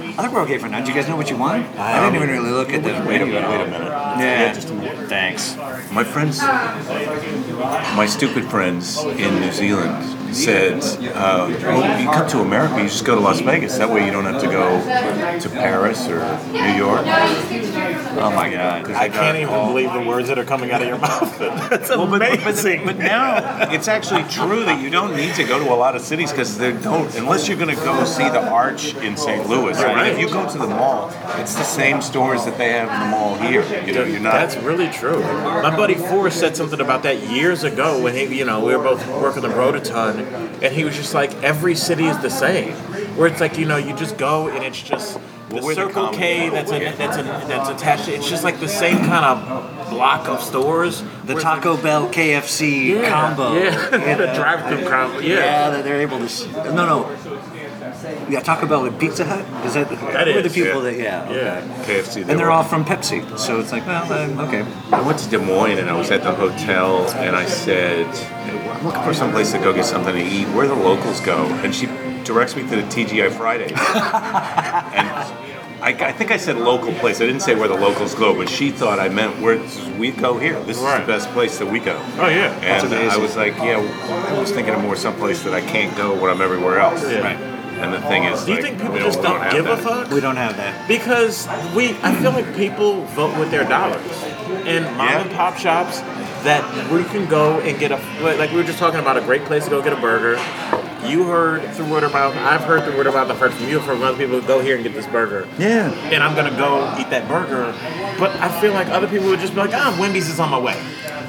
I: I think we're okay for now. Do you guys know what you want? I didn't even really look at the
J: Wait a
I: menu at
J: minute.
I: all.
J: Wait a minute.
I: Yeah.
J: just a minute. Thanks. My friends, my stupid friends in New Zealand said, uh, well, you come to America, you just go to Las Vegas. That way you don't have to go to Paris or New York. Oh my God.
K: I can't even believe the words that are coming out of your mouth. That's amazing.
J: But now it's actually true that you don't need to go to a lot of cities because they don't, unless you're going to go see the Arch in St. Louis. I mean,
K: Right.
J: if you go to the mall, it's the same stores that they have in the mall here. You know, you're not.
K: That's really true. My buddy Forrest said something about that years ago when he, you know, we were both working the road a ton, and he was just like, every city is the same. Where it's like, you know, you just go and it's just the
J: we're the
K: Circle
J: comedy
K: K that's a, that's a, that's attached. to- It's just like the same kind of block of stores.
I: The Taco Bell KFC
K: Yeah,
I: combo.
K: yeah. The drive-through combo, yeah.
I: that they're able to. s- No, no. Yeah, Taco Bell and Pizza Hut. Is that,
K: That
I: were the
K: is,
I: people
K: yeah.
I: that? Yeah. Okay.
J: KFC.
I: And they're
J: were-
I: all from Pepsi, so it's like, well, um, okay.
J: I went to Des Moines and I was at the hotel and I said, I'm looking for some place to go get something to eat. Where the locals go? And she directs me to the TGI Fridays. and I, I think I said local place. I didn't say where the locals go, but she thought I meant where we go here. This is the best place that we go.
K: Oh, yeah. That's
J: And I
K: amazing.
J: was like, yeah, I was thinking of more someplace that I can't go when I'm everywhere else.
K: Yeah.
J: Right. And the thing is,
K: Do you
J: like,
K: think people
J: we
K: just
J: we
K: don't
J: have
K: give a
J: that.
K: fuck?
I: We don't have that.
K: Because we, I feel like people vote with their dollars, and mom and pop shops that where you can go and get a like we were just talking about a great place to go get a burger. You heard through word of mouth. I've heard through word of mouth. I've heard from you. I've heard from other people. Go here and get this burger.
I: Yeah.
K: And I'm gonna go eat that burger. But I feel like other people would just be like, Ah, Wendy's is on my way.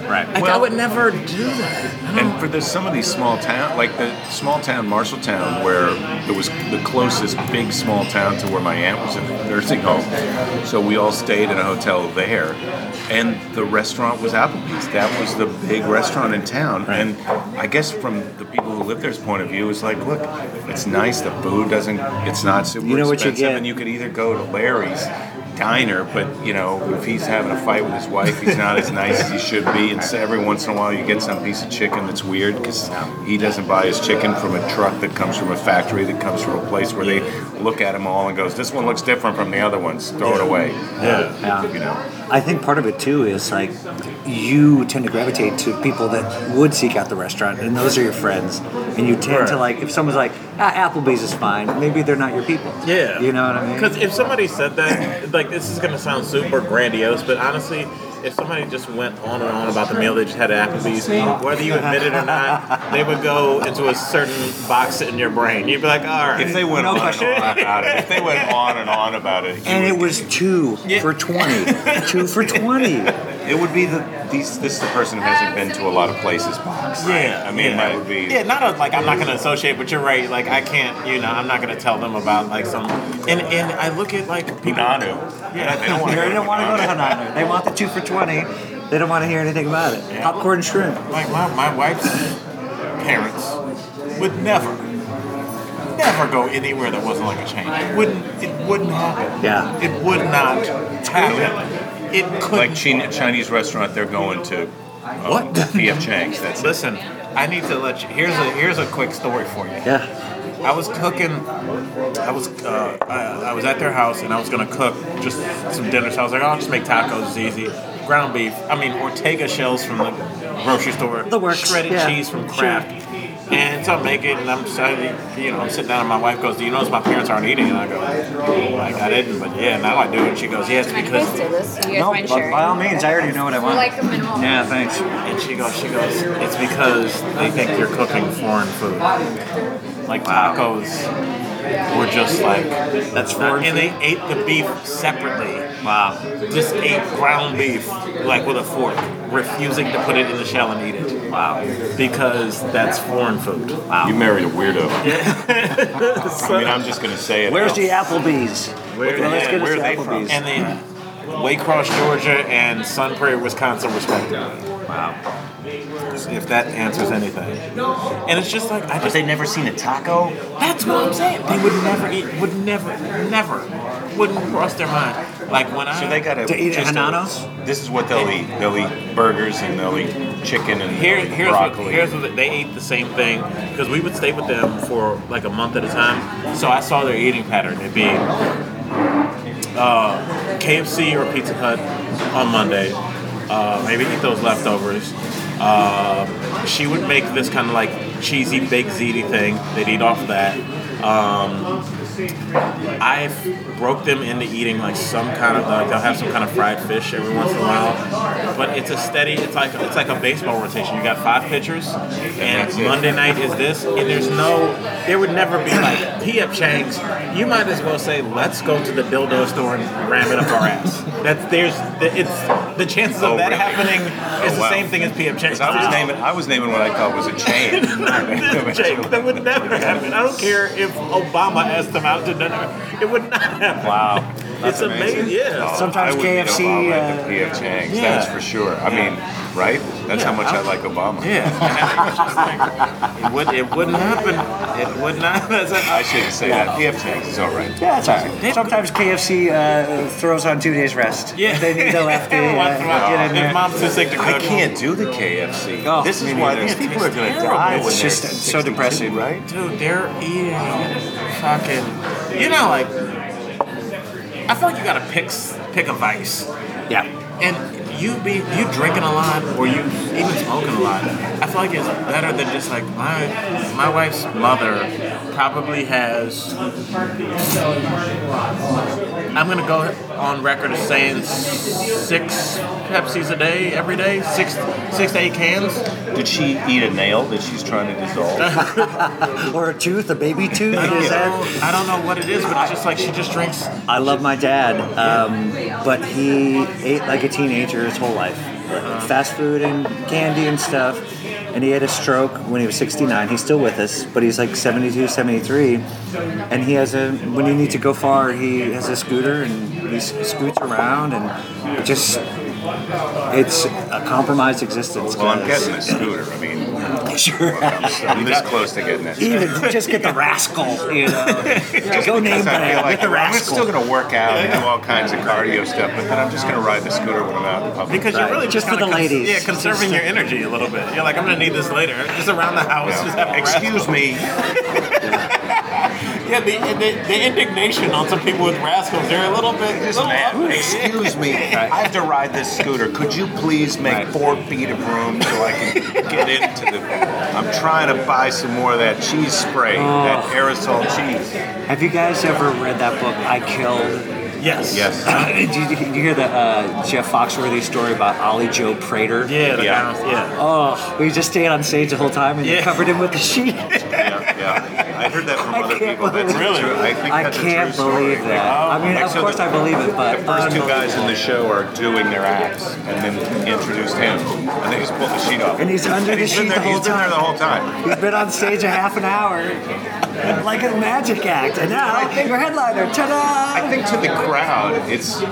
J: Right.
K: Like I
J: Well-
K: would never do that.
J: And for the, some of these small town, like the small town Marshalltown, where it was the closest big small town to where my aunt was in a nursing home, so we all stayed in a hotel there, and the restaurant was Applebee's. That was the big restaurant in town, and I guess from the people who live there's point of view, it's like, look, it's nice. The food doesn't, it's not super
I: You know what you
J: expensive,
I: get.
J: and you could either go to Larry's diner but you know if he's having a fight with his wife he's not as nice as he should be and so every once in a while you get some piece of chicken that's weird because he doesn't buy his chicken from a truck that comes from a factory that comes from a place where they look at them all and goes this one looks different from the other ones throw it away
I: Yeah.
J: you know
I: I think part of it too is like you tend to gravitate to people that would seek out the restaurant, and those are your friends. And you tend to like if someone's like, ah, Applebee's is fine. Maybe they're not your people.
K: Yeah.
I: You know what I mean?
K: Because if somebody said that, like, this is going to sound super grandiose, but honestly, if somebody just went on and on about the meal they just had at Applebee's, whether you admit it or not, they would go into a certain box in your brain. You'd be like, all right.
J: if they went
I: No
J: on
I: question.
J: and on about it if they went on and on about it
I: And it was two for twenty. two for twenty.
J: it would be the these this is the person who hasn't been to a lot of places box
K: Yeah,
J: i mean
K: yeah.
J: that would be
K: Yeah, not a, like I'm not gonna associate, but you're right. Like I can't, you know, I'm not gonna tell them about like some. And and I look at like people.
J: Nanu.
K: Yeah,
J: They don't wanna
I: They
J: go to
I: don't want to go to
J: Hananu.
I: Hananu. They want the two for twenty. They don't want to hear anything about it. Popcorn and shrimp.
K: Like my, my wife's parents would never, never go anywhere that wasn't like a chain. It wouldn't. It wouldn't happen.
I: Yeah.
K: It would not happen. It couldn't.
J: Like Chin- Chinese restaurant they're going to. um,
K: What?
J: P.F. Chang's. That's it.
K: Listen, I need to let you. Here's a here's a quick story for you.
I: Yeah.
K: I was cooking. I was uh, I, I was at their house and I was gonna cook just some dinner. So I was like, oh, I'll just make tacos. It's easy. Ground beef. I mean, Ortega shells from the grocery store.
I: The works,
K: Shredded
I: yeah.
K: cheese from
I: Sure.
K: Kraft. And so I make it, and I'm sitting, you know, I'm sitting down, and my wife goes, "Do you notice my parents aren't eating?" And I go, "Like I didn't, but yeah, now I do." And she goes, "Yes, because
I: No, but by all means, I already know what I want.
E: Like a minimal.
I: Yeah, thanks.
K: And she goes, she goes, it's because they think you're cooking foreign food. Like tacos were just like that's foreign. And they ate the beef separately. Wow. Just ate ground beef like with a fork, refusing to put it in the shell and eat it. Wow. Because that's foreign food. Wow.
J: You married a weirdo. I mean,
K: so,
J: I'm just going to say it.
I: Where's
J: out.
I: the Applebee's?
K: where,
I: Well, let's get
K: where
I: us
K: are
I: to
K: they from?
I: Applebee's.
K: And then Waycross, Georgia, and Sun Prairie, Wisconsin, respectively. Wow. If that answers anything. And it's just like I
M: But
K: just
M: they never seen a taco.
K: That's what I'm saying. They would never eat. Would never, never, wouldn't cross their mind. Like when I
J: So they got to
K: To eat at Hananos?
J: This is what they'll eat. They'll eat burgers and they'll eat chicken and
K: Here,
J: they'll eat
K: here's what,
J: broccoli.
K: here's what they ate the same thing because we would stay with them for like a month at a time. So I saw their eating pattern. It'd be uh, KFC or Pizza Hut on Monday. Uh, maybe eat those leftovers. Um she would make this kind of like cheesy baked ziti thing. They'd eat off that. Um, I broke them into eating like some kind of like they'll have some kind of fried fish every once in a while, but it's a steady. It's like it's like a baseball rotation. You got five pitchers, and
J: that's it.
K: Monday night is this, and there's no. There would never be like P.F. Chang's. You might as well say let's go to the dildo store and ram it up our ass. That's there's it's the chances of
J: Oh,
K: that
J: really?
K: happening is
J: Oh,
K: the
J: wow.
K: same thing as P.F. Chang's.
J: 'Cause I was naming I was naming what I thought was a chain.
K: Jake, that would never happen. I don't care if Obama asked them out to dinner. It would not happen.
J: Wow.
K: It's amazing. Yeah.
J: Oh,
I: Sometimes
J: I would meet
I: KFC,
J: Obama
I: uh,
J: at the P.F. Chang's.
K: yeah.
J: That's for sure. I mean, right? That's how
K: Yeah,
J: much
K: I-
J: I, like Obama.
K: It, would, it wouldn't happen. It would not. That's a,
J: I shouldn't say that. P.F. Chang's is all right.
I: Yeah, it's all right. Sometimes KFC uh, throws on two days rest.
K: Yeah.
I: They need the lefty. uh,
K: Once in a while.
I: get in
K: If
I: there.
K: mom's too sick to cook.
J: I can't do the KFC.
I: Oh,
J: this
I: me
J: is why
I: neither.
J: these people are going to die
K: It's terrible.
J: when
I: Ah, It's
J: they're
I: just so
J: 62,
I: depressing.
J: right?
K: Dude, they're eating fucking. You know, like I feel like you gotta pick s- pick a vice.
I: Yeah.
K: And you be you drinking a lot or you even smoking a lot. I feel like it's better than just like my my wife's mother probably has. I'm gonna go on record as saying six Pepsis a day every day, six six to eight cans.
J: Did she eat a nail that she's trying to dissolve?
I: Or a tooth, a baby tooth.
K: I don't
I: is that-
K: know. I don't know what it is, but it's just like she just drinks.
I: I love my dad, um, but he ate like a teenager his whole life. Fast food and candy and stuff. And he had a stroke when he was 69. He's still with us, but he's like 72, 73. And he has a, when you need to go far, he has a scooter and he scoots around and it just, it's a compromised existence.
J: Well, Oh, I'm
I: guys.
J: getting a scooter. I mean,
I: Sure.
J: I'm, I'm this close to getting it.
I: Even just get the rascal, you know. Go name brand, get the
J: I'm
I: rascal.
J: still going to work out and do all kinds of cardio stuff, but then I'm just going to ride the scooter when I'm out in public.
K: Because you're really just,
I: Just for
K: kinda
I: the ladies.
K: Yeah, conserving your energy a little bit. You're like, I'm gonna need this later. Just around the house. Just have
J: Yeah.
K: a
J: Excuse
K: rascal.
J: me.
K: Yeah, the, the, the indignation on some people with rascals. They're a little bit.
J: Just
K: little
J: mad.
K: ugly.
J: Excuse me. I have to ride this scooter. Could you please make four feet of room so I can get into the? I'm trying to buy some more of that cheese spray, that
I: Oh.
J: aerosol cheese.
I: Have you guys ever read that book, I Killed?
K: Yes.
J: Yes.
I: Did you, did you hear the uh, Jeff Foxworthy story about Ollie Joe Prater?
K: Yeah. The
J: Yeah.
K: Bounce, yeah.
I: Oh, we just stayed on stage the whole time and they
K: Yeah.
I: covered him with a sheet.
J: Yeah, yeah. I heard that from other people. That's
I: believe
J: true.
I: it.
J: I think
I: I
J: that's a
I: can't
J: true story.
I: believe that. I mean,
J: Like,
I: of
J: so
I: course
J: the-
I: I believe it, but
J: the first two guys in
I: unbelievable.
J: the show are doing their acts, and then introduced him, and they just pulled the sheet off.
I: And he's under
J: And
I: the
J: he's been
I: sheet
J: there-
I: the whole
J: He's been there the whole time.
I: He's been on stage a half an hour, like a magic act, and now your headliner, ta-da!
J: I think to the crowd, it's.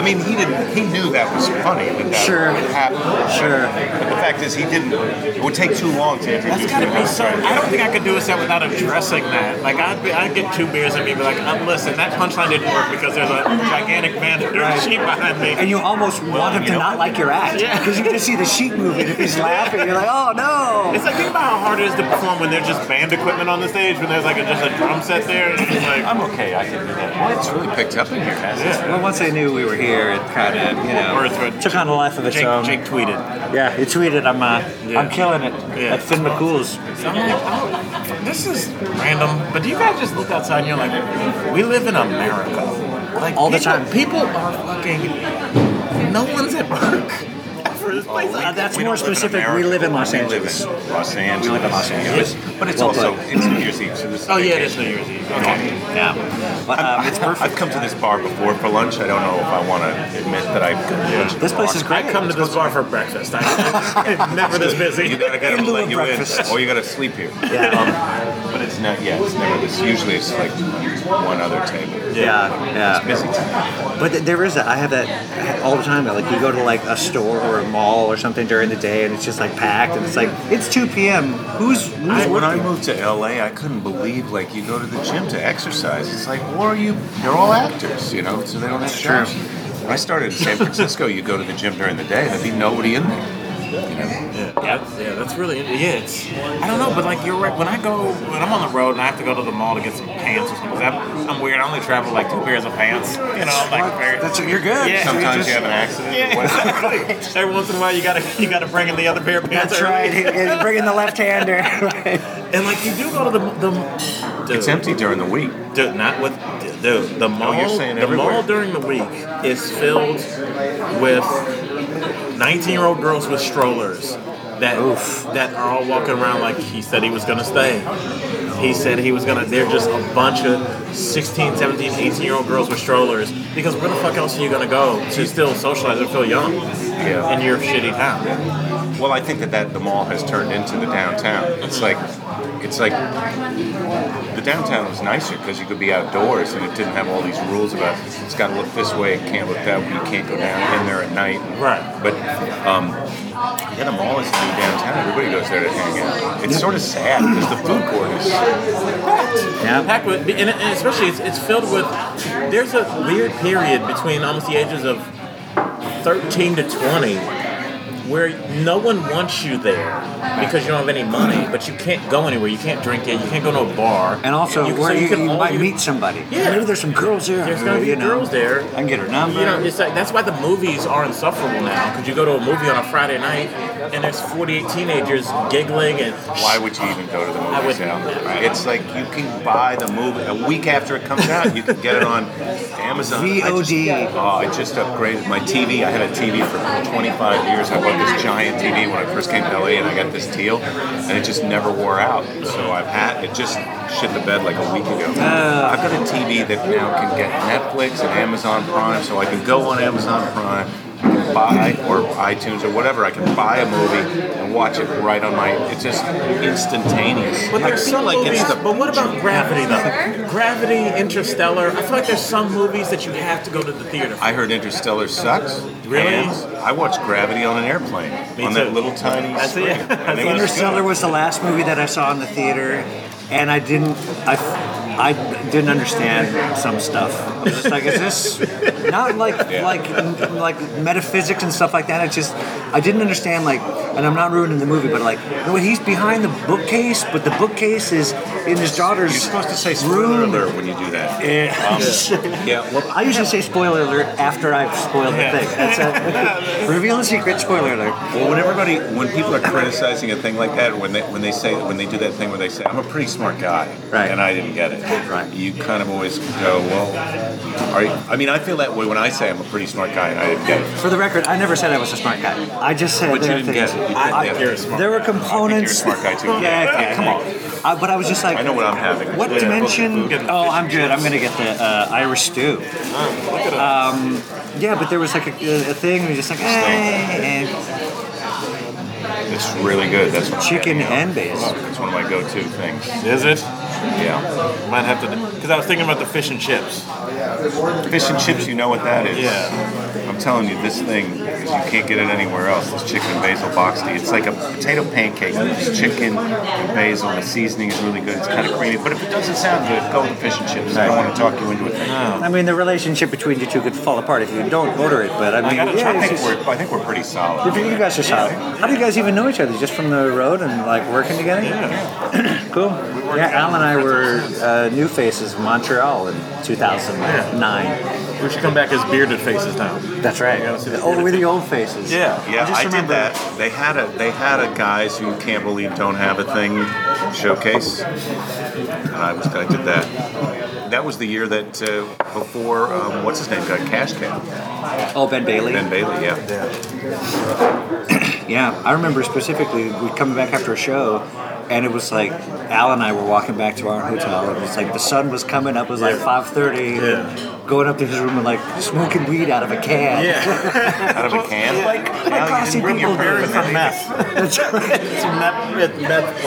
J: I mean, he didn't. He knew that was funny. That that
I: Sure.
J: Happened.
I: Sure.
J: But the fact is, he didn't. It would take too long to introduce.
K: That's gotta
J: him.
K: be so. I don't think I could do this without addressing that. Like I'd, be, I'd get two beers and be like, um, "Listen, that punchline didn't work because there's a gigantic band of dirt sheep behind me."
I: And you almost want him to not like your act because you can just see the sheet moving. If he's laughing, you're like, oh no.
K: It's like think about how hard it is to perform when there's just band equipment on the stage when there's like a, just a drum set there. And it's just like I'm okay, I can do that. Well,
J: it's really picked up in here, hasn't
K: it?
I: Well, once they knew we were here, it kind of, you know, took on a life of its
K: Jake-
I: own.
K: Jake tweeted.
I: Yeah, he tweeted, "I'm, uh, I'm killing it
K: Yeah.
I: at Finn McCool's."
K: I'm like, I don't- this is random, but do you guys just look outside and you're like, we live in America. Like
I: All the
K: people-
I: time.
K: People are fucking. No one's at work. For this place.
I: Uh, that's
K: We
I: more
K: don't live in
I: specific.
K: America.
I: we live in Los
K: We live
I: Angeles.
K: in-
J: Los Angeles.
K: We live in Los Angeles.
J: Yeah, But it's
K: Well
J: also
K: played.
J: it's New Year's Eve. So this is
K: Oh, yeah,
J: vacation.
K: it is New Year's Eve. Okay. Yeah.
J: I'm- I've come to this bar before for lunch. I don't know if I want to admit that I've come to lunch.
K: This place is great. I come to this bar for breakfast. I'm never this busy.
J: You gotta get them to
K: Indoor
J: let you
K: breakfast.
J: in, Oh, or you gotta sleep here. Um,
K: Yeah.
J: but it's not. Yeah, it's never. It's usually it's like one other table.
I: Yeah, yeah.
J: It's busy.
I: But th- there is that. I have that all the time. Like you go to like a store or a mall or something during the day, and it's just like packed, and it's like it's 2 p.m. Who's who's
J: I, when I
I: working?
J: moved to LA, I couldn't believe like you go to the gym to exercise. It's like, what are you? You're all actors, you know, so they don't have
I: Sure.
J: jobs. When I started in San Francisco, you go to the gym during the day, there'd be nobody in there. You know?
K: Yeah, that's- yeah, that's really yeah. It's I don't know, but like you're right. When I go, when I'm on the road and I have to go to the mall to get some pants or something, 'cause I'm, I'm weird. I only travel with, like two pairs of pants. You know, I'm like very.
I: That's you're good.
K: Yeah.
J: Sometimes you have an accident.
K: Yeah, exactly. Every once in a while, you gotta you gotta bring in the other pair of pants.
I: That's
K: early.
I: right. He's bringing the left hander.
K: And like you do go to the the.
J: It's empty during the week.
K: Dude, not with dude. The mall.
J: you're saying
K: the
J: everywhere.
K: mall during the week is filled with 19-year-old girls with strollers that that are all walking around like he said he was gonna stay. He said he was gonna. They're just a bunch of 16, 17, 18-year-old girls with strollers because where the fuck else are you gonna go to still socialize and feel young in your shitty town?
J: Well, I think that, that the mall has turned into the downtown. It's like, it's like the downtown was nicer because you could be outdoors and it didn't have all these rules about it's got to look this way, it can't look that way, you can't go down in there at night.
K: Right.
J: But um, yeah, the mall is the new downtown. Everybody goes there to hang out. It's sort of sad because the food court is.
K: Yeah. Packed with, and, and especially it's, it's filled with. There's a weird period between almost the ages of 13 to 20 where no one wants you there because you don't have any money, but you can't go anywhere. You can't drink it. You can't go to a bar.
I: And also,
K: You- so
I: where
K: you
I: you,
K: can
I: you
K: all-
I: might
K: you-
I: meet somebody.
K: Yeah.
I: Maybe there's some girls there.
K: There's gonna be
I: you know.
K: girls there.
I: I can get her number.
K: You know, it's like that's why the movies are insufferable now. Because you go to a movie on a Friday night, and there's 48 teenagers giggling and
J: Why would you even go to the
K: I
J: movies
K: wouldn't.
J: now? It's like you can buy the movie a week after it comes out. You can get it on Amazon. I just-
I: VOD.
J: Oh, I just upgraded my TV. I had a TV for 25 years. I bought this giant TV when I first came to LA, and I got this teal, and it just never wore out. So I've had it just shit the bed like a week ago. I've got a TV that now can get Netflix and Amazon Prime, so I can go on Amazon Prime. I can Buy or iTunes or whatever, I can buy a movie and watch it right on my. It's just instantaneous.
K: But
J: I
K: there's
J: feel
K: some
J: like
K: movies.
J: it's the
K: but what about Gravity though? Gravity, Interstellar. I feel like there's some movies that you have to go to the theater. For.
J: I heard Interstellar sucks.
K: Really?
J: And I watched Gravity on an airplane
K: Me
J: on that
K: too.
J: little tiny.
K: I see.
J: screen, and it was
I: Interstellar was the last movie that I saw in the theater, and I didn't, I, I didn't understand some stuff. I was just like, is this not like like like metaphysics and stuff like that? I just, I didn't understand like, and I'm not ruining the movie, but like, you know, what, he's behind the bookcase, but the bookcase is in his daughter's. You're supposed
J: to say
I: spoiler
J: alert when you do that. Um,
I: Yeah. Well, I usually say spoiler alert after I've spoiled the thing. That's it. Reveal the secret. Spoiler alert.
J: Well, when everybody, when people are criticizing a thing like that, when they when they say when they do that thing where they say, "I'm a pretty smart guy," right, and I didn't get it, right, you kind of always go, "Well, are you, I mean, I feel that way when I say I'm a pretty smart guy and I didn't get it."
I: For the record, I never said I was a smart guy. I just said
J: But you
I: there are
J: didn't get
I: things.
J: it. You didn't
I: I,
J: get it. You're a smart
I: there were components.
J: smart guy too.
I: Yeah,
J: Yeah.
I: come on. I, but I was just like,
J: I know what I'm having.
I: What
J: Yeah.
I: dimension? Oh, I'm good. I'm gonna get the uh, Irish stew. Um, yeah, but there was like a, a thing. We were just like, hey, and
J: It's really good. That's what
I: Chicken
J: and bass. It's one of my go-to things.
K: Is it?
J: Yeah.
K: Might have to, because I was thinking about the fish and chips.
J: Fish and chips, you know what that is.
K: Yeah.
J: I'm telling you, this thing, is, you can't get it anywhere else. This chicken and basil box tea. It's like a potato pancake. It's chicken and basil. The seasoning is really good. It's kind of creamy. But if it doesn't sound good, go with the fish and chips. I don't want to talk you into a thing.
K: Oh.
I: I mean, the relationship between you two could fall apart if you don't order it. But I mean,
J: gotta
I: yeah,
J: try- I
I: it's
J: think
I: just-
J: we're- I think we're pretty solid.
I: If you you guys are solid. How do you guys even know each other? Just from the road and like working together? Yeah. cool. Yeah, Al and I were uh, new faces of Montreal in 2009.
K: We should come back as bearded faces now.
I: That's right. Oh, we're the old faces.
J: Yeah,
I: I
J: I,
I: just
J: did
I: remember-
J: that. They had a they had a guys who can't believe don't have a thing showcase. And I was I did that. That was the year that uh, before um, what's his name got cash cab.
I: Oh, Ben Bailey.
J: Ben Bailey, yeah.
I: Yeah, I remember specifically we coming back after a show, and it was like Al and I were walking back to our hotel. and It was like the sun was coming up. It was like five thirty. Going up to his room and like smoking weed out of a can.
J: Yeah. Out of a can.
I: Like, like classy people do. That's right. It's
K: meth, it's meth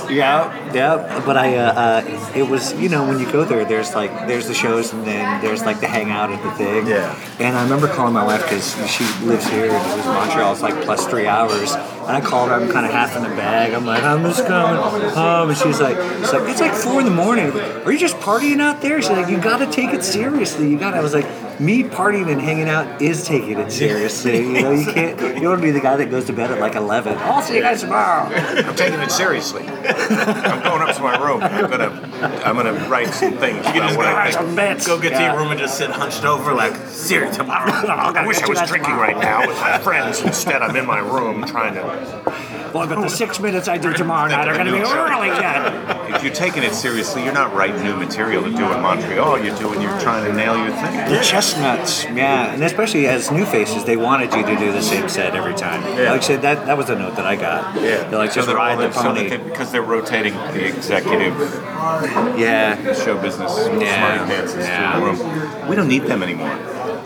K: prep.
I: Yeah, yeah. But I, uh, uh, it was you know when you go there, there's like there's the shows and then there's like the hangout at the thing. Yeah. And I remember calling my wife because she lives here and it was Montreal. It's like plus three hours. And I called her. I'm kind of half in the bag. I'm like, I'm just coming home. And she's like, it's like it's like four in the morning. Are you just partying out there? She's like, you got to take it seriously. You got. to I was like. Me partying and hanging out is taking it seriously. You know, you can't. You don't want to be the guy that goes to bed at like eleven. I'll see you guys tomorrow.
J: I'm taking it seriously. I'm going up to my room. I'm gonna I'm gonna write some things
K: You can
J: about
K: just
J: what I
K: go,
J: think.
K: go get to your room and just sit hunched over like, serious tomorrow.
J: I wish I was drinking right now with my friends. Instead, I'm in my room trying to.
I: Boy, but the six minutes I do tomorrow night are going to be really good.
J: If you're taking it seriously, you're not writing new material to do in Montreal. You're doing. You're trying to nail your thing.
I: The chestnuts, yeah, and especially as new faces, they wanted you to do the same set every time.
J: Yeah.
I: Like I said, that, that was a note that I got.
J: Yeah,
I: they're like
J: So
I: just
J: they're
I: ride
J: all
I: the
J: in- so that
I: pony.
J: they- because they're rotating the executive.
I: Yeah,
J: show business smarty pants yeah. the room. We don't need them anymore.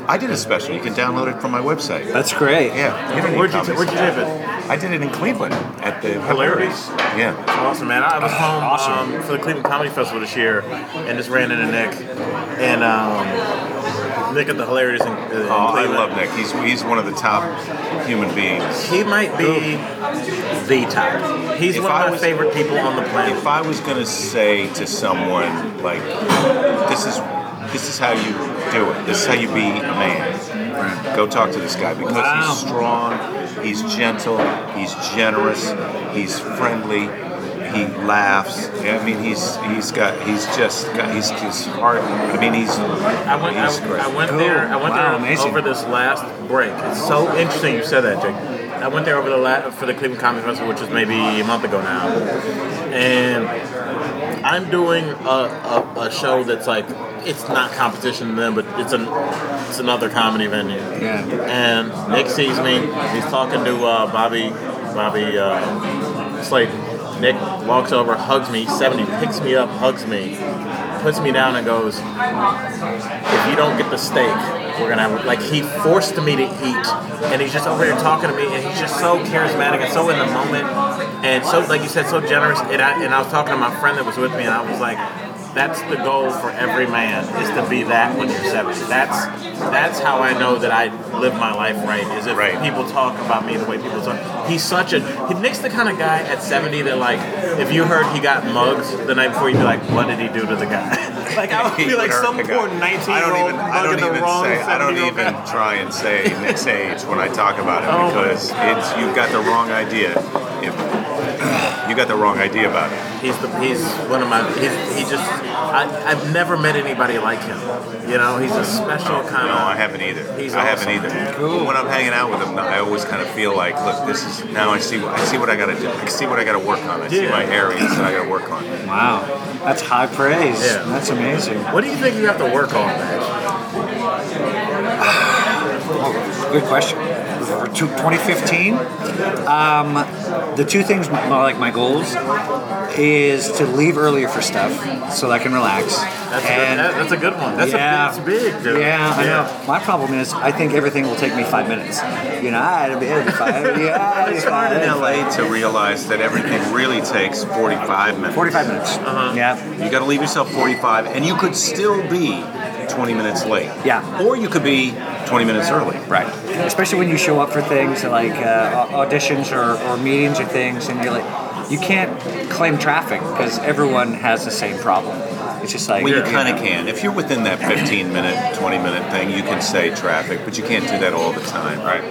J: I did a special. You can download it from my website.
I: That's great.
J: Yeah. don't need
K: Where'd you t-
J: copies.
K: where'd you do it?
J: I did it in Cleveland at the
K: Hilarious.
J: Yeah.
K: Awesome, man. I was home um, for the Cleveland Comedy Festival this year and just ran into Nick. And um, Nick at the Hilarious in, in
J: Oh, I
K: Cleveland.
J: love Nick. He's he's one of the top human beings.
K: He might be the top. He's one of my favorite people on the planet.
J: If I was gonna say to someone like, this is this is how you do it. This is how you be a man. Go talk to this guy because he's strong. He's gentle. He's generous. He's friendly. He laughs. I mean, he's he's got he's just got he's his heart. I mean, he's
K: I went,
J: he's great.
K: I, I went there. I went
J: Wow,
K: there
J: amazing.
K: over this last break. It's so interesting you said that, Jake. I went there over the la- for the Cleveland Comedy Festival, which was maybe a month ago now, and I'm doing a, a, a show that's like it's not competition to them, but it's an it's another comedy venue.
I: Yeah.
K: And Nick sees me. He's talking to uh, Bobby Bobby uh, Slade. Nick walks over, hugs me. Seventy picks me up, hugs me, puts me down, and goes, if you don't get the steak, we're gonna have like he forced me to eat, and he's just over here talking to me, and he's just so charismatic and so in the moment, and so like you said, so generous. And I and I was talking to my friend that was with me, and I was like, that's the goal for every man is to be that when you're seventy. That's that's how I know that I live my life right. Is if people talk about me the way people talk. He's such a he, Nick's the kind of guy at seventy that like if you heard he got mugged the night before, you'd be like, what did he do to the guy? like I would be like some poor nineteen
J: I
K: year
J: don't
K: old
J: even. I don't
K: bugging the
J: even
K: wrong
J: say. I don't
K: 70-year-old
J: even try and say Nick's age when I talk about it
K: Oh.
J: because it's you've got the wrong idea. If, you got the wrong idea about it.
K: He's the he's one of my he's, he just I I've never met anybody like him. You know he's a special kind
J: No,
K: of.
J: I haven't either.
K: He's
J: I haven't
K: awesome.
J: either. But When I'm hanging out with him, I always kind of feel like, look, this is now I see. I see what I got to do. I see what I got to work on. I see
K: Yeah.
J: my areas that I got to work on.
I: Wow, that's high praise.
K: Yeah.
I: That's amazing.
K: What do you think you have to work on? Man?
I: Good question. for two- 2015. Um, the two things, my- like my goals, is to leave earlier for stuff so that I can relax.
K: That's, a, good, that's a good one. That's,
I: yeah,
K: a, that's big, dude.
I: Yeah, I know. My problem is, I think everything will take me five minutes. You know, I, it'll be, it'll be five. Yeah, it'll be
J: It's hard in
I: five.
J: LA to realize that everything really takes 45 minutes.
I: 45 minutes. Uh-huh. Yeah.
J: You got to leave yourself 45, and you could still be 20 minutes late.
I: Yeah.
J: Or you could be 20 minutes early.
I: Right. Especially when you show up for things like uh, au- auditions or, or meetings or things, and you're like, you can't claim traffic because everyone has the same problem. It's just like
J: well, you
I: know.
J: kind of can. If you're within that 15 minute, 20 minute thing, you can say traffic, but you can't do that all the time. Right.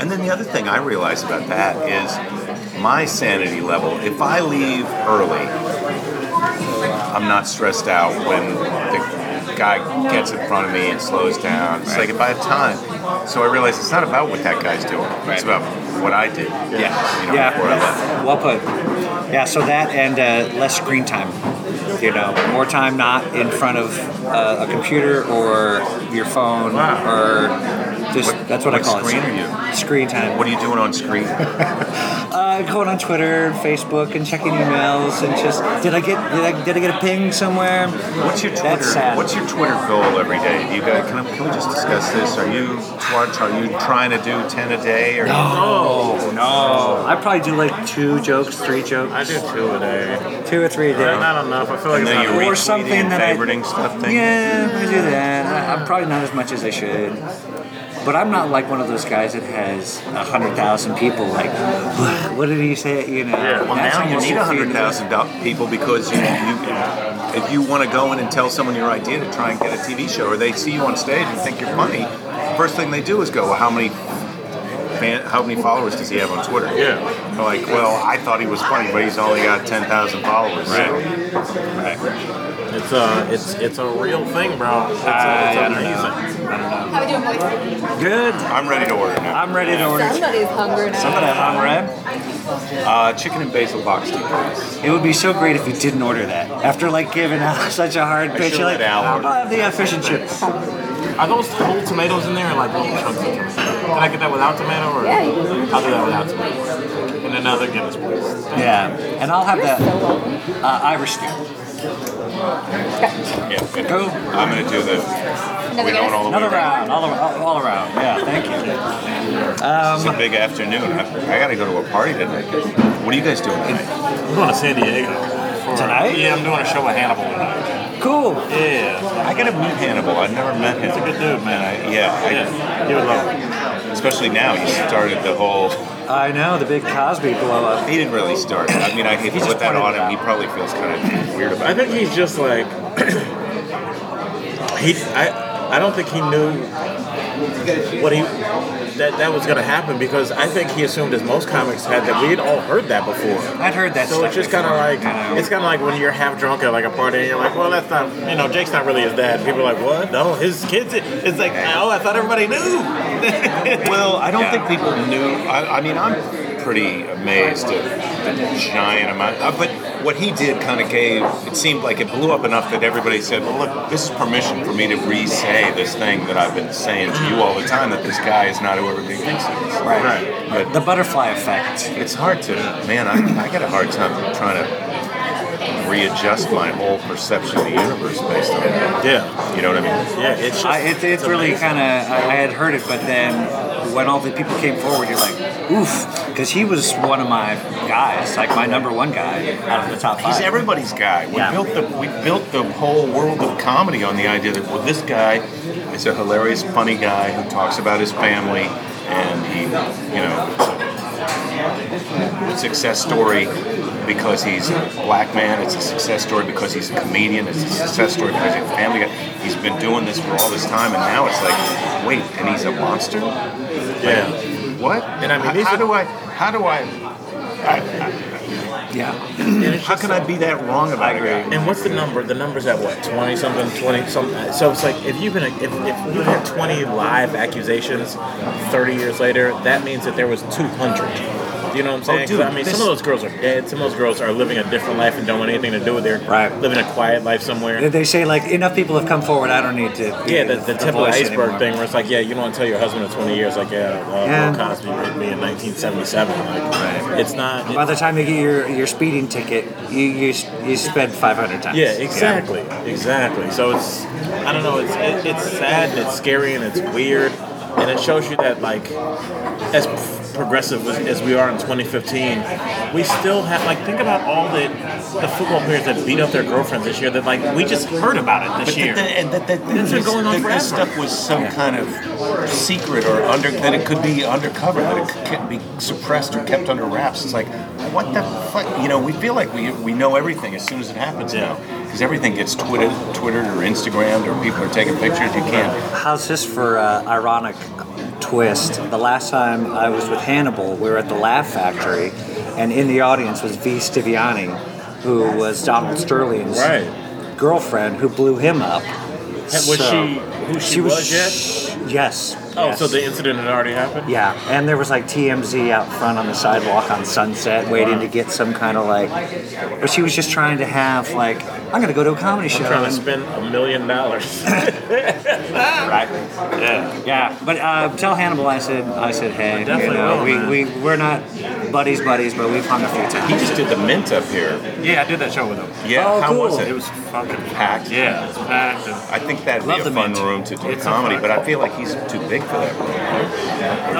J: And then the other thing I realize about that is my sanity level. If I leave early, I'm not stressed out when the guy gets in front of me and slows down. It's like if I have time. So I realize it's not about what that guy's doing. It's about what I did. Yeah. You know,
I: yeah,
J: before I left.
I: well put. Yeah, so that and uh, less screen time. You know, more time not in front of uh, a computer or your phone or just that's what, I
J: what
I: call
J: screen
I: it.
J: are
I: you? Screen time.
J: What are you doing on screen?
I: Uh, going on Twitter, Facebook, and checking emails, and just did I get did I, did I get a ping somewhere?
J: What's your Twitter?
I: That's sad.
J: What's your Twitter goal every day? Do you guys, can, I, can we just discuss this? Are you Twitch? Are you trying to do ten a day? Or
I: No, Oh, no. I probably do like two jokes, three jokes. I
K: do two a day.
I: Two or three a day.
K: They're not enough. I feel like
I: And
K: it's
I: then
K: not
I: you
K: enough.
I: Or retweeting something and that I- favoriting
J: stuff
I: Yeah, I do that. I, I'm probably not as much as I should. But I'm not like one of those guys that has 100,000 people like, what did he say? You know,
J: Well,
I: that's
J: now you
I: almost
J: need
I: a few-
J: hundred thousand people because you, you if you want to go in and tell someone your idea to try and get a TV show, or they see you on stage and think you're funny, first thing they do is go, "Well, how many?" Fan, how many followers does he have on Twitter? Yeah. Like, well, I thought he was funny, but he's only got 10,000 followers. Right.
K: It's a, it's, it's a real thing, bro. It's, a, it's amazing.
O: How we doing, boys?
I: Good.
J: I'm ready to order now.
I: I'm ready to
O: Somebody's hungry now.
I: Somebody hungry.
J: Uh, chicken and basil box tea, please.
I: It would be so great if you didn't order that. After like giving out such a hard
J: I
I: pitch,
J: should
I: you're like,
J: let Al
I: I'll
J: order
I: have the uh, fish and chips.
K: Are those whole tomatoes in there or like little chunks of tomatoes? Can I get that without tomato or?
I: Yeah, you can.
K: I'll do that without tomato. And another Guinness, please.
I: Yeah, and I'll have that uh, Irish stew.
J: Yeah.
I: Go.
J: I'm gonna do the. We're going all the
I: Another
J: way around.
I: round, all, ar- all around. Yeah, thank you. Um,
J: It's a big afternoon. I, I gotta go to a party tonight. What are you guys doing tonight?
K: I'm going to San Diego. For,
J: Tonight?
K: Yeah, I'm doing a show with Hannibal tonight.
I: Cool.
K: Yeah.
J: I gotta meet Hannibal. I've never met him. He's a good dude, man. I, yeah. I,
K: You would love him.
J: Especially now, he started the whole.
I: I know the big Cosby blow up.
J: He didn't really start. it. I mean, I hate to put that on him. He probably feels kind of weird about
K: I
J: it.
K: think he's just like he. I I don't think he knew what he that that was gonna happen because I think he assumed as most comics had that we had all heard that before.
I: I'd heard that.
K: So it's just kind of like it's kind of like when you're half drunk at like a party and you're like, well, that's not you know Jake's not really his dad. People are like, what? No, his kids. It's like oh, I thought everybody knew.
J: well, I don't think people knew. I, I mean, I'm pretty amazed at the giant amount. Uh, but what he did kind of gave, it seemed like it blew up enough that everybody said, well, look, this is permission for me to re say this thing that I've been saying to you all the time that this guy is not who everybody thinks he is.
I: Right.
J: But
I: the butterfly effect.
J: It's hard to, man, I, I got a hard time trying to readjust my whole perception of the universe based on that.
K: Yeah.
J: You know what I mean?
K: Yeah, it's
I: I, it, it really kind of I, I had heard it, but then when all the people came forward, you're like, oof, because he was one of my guys, like my number one guy out of the top five.
J: He's everybody's guy. We
I: Yeah.
J: built the we built the whole world of comedy on the idea that well, this guy is a hilarious, funny guy who talks about his family and he, you know, it's a success story because he's a black man. It's a success story because he's a comedian. It's a success story because he's a family guy. He's been doing this for all this time, and now it's like, wait, and he's a monster.
K: Yeah.
J: what? And I mean, how, do I? How do I?
K: Yeah.
J: How can I be that wrong about it?
K: And what's the number? The number's at what? 20 something, 20 something. So it's like if you've been, if, if you had 20 live accusations 30 years later, that means that there was 200. Do you know what I'm saying? 'Cause,
M: dude,
K: I mean,
M: this-
K: some of those girls are dead. Some of those girls are living a different life and don't want anything to do with their right. Living a quiet life somewhere.
I: They say like enough people have come forward. I don't need to.
K: Yeah, the, the tip of the
I: voice
K: iceberg
I: anymore.
K: thing where it's like, yeah, you don't want to tell your husband in 20 years, like, yeah, uh,
I: Yeah.
K: Bill Cosby raped me in 1977. Like, it's not.
I: By the time you get your, your speeding ticket, you you, s- you spend 500 times.
K: Yeah, exactly, exactly. So it's, I don't know, it's it, it's sad and it's scary and it's weird, and it shows you that like, as progressive as, as we are in 2015, we still have like think about all the the football players that beat up their girlfriends this year. That like we just heard about it this
J: But
K: year.
J: that- and that- that-
K: That's been
J: this-
K: going on
J: that This
K: forever.
J: stuff was some kind of secret or under that it could be undercover, that it could kept- be suppressed or kept under wraps. It's like, what the fuck? You know, we feel like we, we know everything as soon as it happens now because everything gets twitted, twittered or Instagrammed or people are taking pictures. You can't.
I: How's this for uh, ironic twist? The last time I was with Hannibal, we were at the Laugh Factory, and in the audience was V. Stiviani, who was Donald Sterling's
K: Right.
I: girlfriend, who blew him up.
K: was she who she, was,
I: yet? Yes.
K: Oh,
I: yes.
K: so the incident had already happened.
I: Yeah, and there was like TMZ out front on the sidewalk on Sunset waiting to get some kind of like. But she was just trying to have like, I'm gonna go to a comedy
K: I'm
I: show.
K: trying to
I: and-
K: spend a million dollars. right. Yeah.
I: Yeah, but uh, tell Hannibal I said I said hey.
K: definitely
I: you know,
K: will,
I: we,
K: man.
I: we we're not buddies buddies, but we've hung a few times.
J: He just did the mint up here.
K: Yeah, I did that show with him.
J: Yeah,
I: Oh,
J: how
I: cool.
J: was it?
I: It
K: was fucking
J: packed.
K: Yeah, it's packed. I
J: think that'd
K: Love
J: be
K: the
J: a fun
K: Mint.
J: room to do
K: It's a
J: comedy,
K: fun-
J: but I feel like he's too big for that room.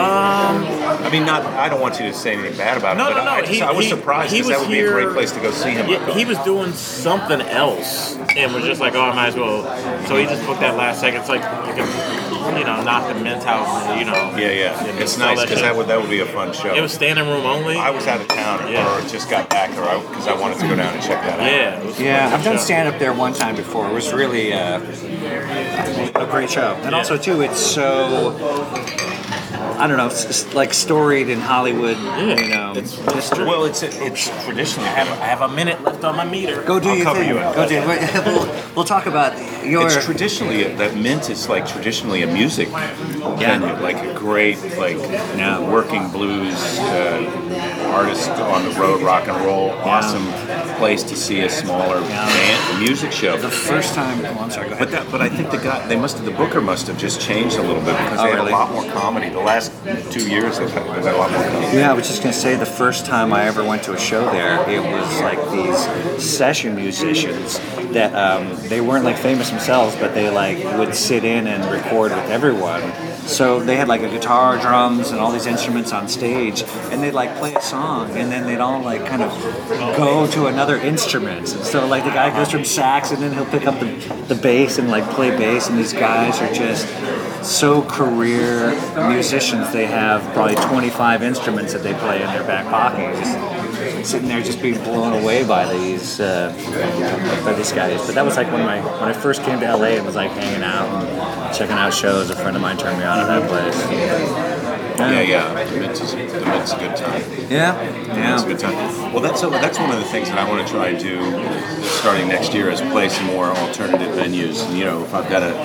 J: I mean, not. I don't want you to say anything bad about him.
K: Um, No,
J: but
K: no, no.
J: I, just-
K: he,
J: I was
K: he-
J: surprised
K: he
J: because that
K: was
J: would be a
K: here-
J: great place to go see him.
K: Yeah, he was doing something else and was just like, oh, I might as well. So he just booked that last second. It's like, you, can, you know, knock the mint out, you know.
J: Yeah, yeah.
K: and
J: It's
K: sell
J: nice
K: that
J: because
K: shit.
J: that would that would be a fun show.
K: It was standing room only.
J: I was out of town or, or just got back, or because I, wanted to go down and check that out.
K: Yeah,
I: Yeah, I've done stand up there one time before. It was really uh, a great show, and also too, it's so I don't know, it's just, like storied in Hollywood. You know, it's history.
J: Well, it's it's traditionally. I
K: have, I have a minute left on my meter.
I: Go do
J: I'll
I: your
J: cover
I: thing.
J: you up.
I: Go do. We'll, we'll talk about your.
J: It's traditionally that mint is like traditionally a music venue, like a great like working blues uh, artist on the road, rock and roll, awesome place to see a smaller band, music show. The
I: first time, oh, I'm sorry, go ahead.
J: But that, but I think the guy, they must have, the booker must have just changed a little bit because
I: Oh,
J: they had
I: really?
J: a lot more comedy. The last two years they've had, they've had a lot more comedy.
I: Yeah, I was just gonna say the first time I ever went to a show there, it was like these session musicians that um, they weren't like famous themselves, but they like would sit in and record with everyone. So they had like a guitar, drums, and all these instruments on stage, and they'd like play a song, and then they'd all like kind of go to another instrument. And so like the guy goes from sax, and then he'll pick up the, the bass and like play bass, and these guys are just so career musicians they have probably 25 instruments that they play in their back pocket just sitting there just being blown away by these uh, by these guys but that was like when my when I first came to LA and was like hanging out and checking out shows a friend of mine turned me on to that place
J: Yeah, yeah. The Mint's, is, the Mint's a good time.
I: Yeah,
J: The
I: yeah.
J: Mint's a good time. Well, that's that's one of the things that I want to try and do starting next year is play some more alternative venues. And, you know, if I've got a,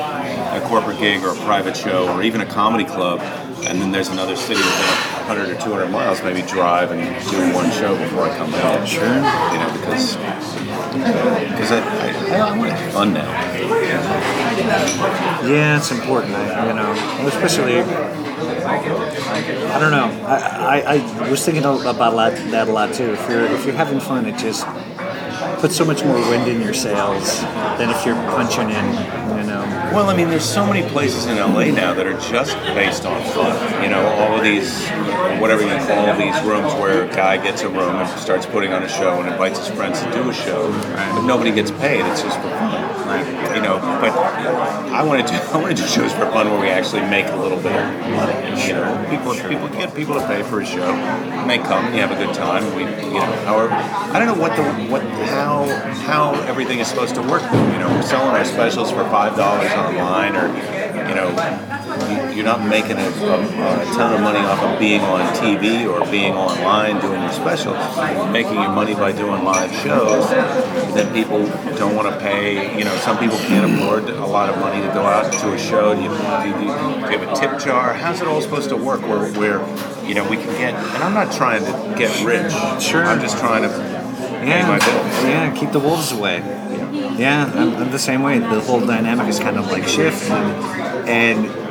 J: a corporate gig or a private show or even a comedy club, and then there's another city within 100 or 200 miles, maybe drive and do one show before I come out. Sure. You know, because because I, I, I want to have fun now.
I: Yeah, it's important, I- you know, especially. I don't know. I, I, I was thinking about a lot, that a lot too. If you're if you're having fun, it just puts so much more wind in your sails than if you're punching in. You know.
J: Well, I mean, there's so many places in LA now that are just based on fun. You know, all of these, whatever you call these rooms where a guy gets a room and starts putting on a show and invites his friends to do a show, but nobody gets paid. It's just for fun. Like, you know, but I want to do I want to do shows for fun where we actually make a little bit of money. You know, people people get people to pay for a show, and they come, you have a good time. We, you know, however, I don't know what the what how how everything is supposed to work. You know, we're selling our specials for five dollars online, or you know, you- you're not making a, a, a ton of money off of being on TV or being online doing your specials. You're making your money by doing live shows that people don't want to pay. You know, some people can't afford a lot of money to go out to a show. Do you, do you, do you have a tip jar? How's it all supposed to work? Where where You know, we can get, and I'm not trying to get rich. Sure. I'm just trying to pay my bills.
I: Yeah, keep the wolves away. Yeah, I'm, I'm the same way. The whole dynamic is kind of like shift, and, and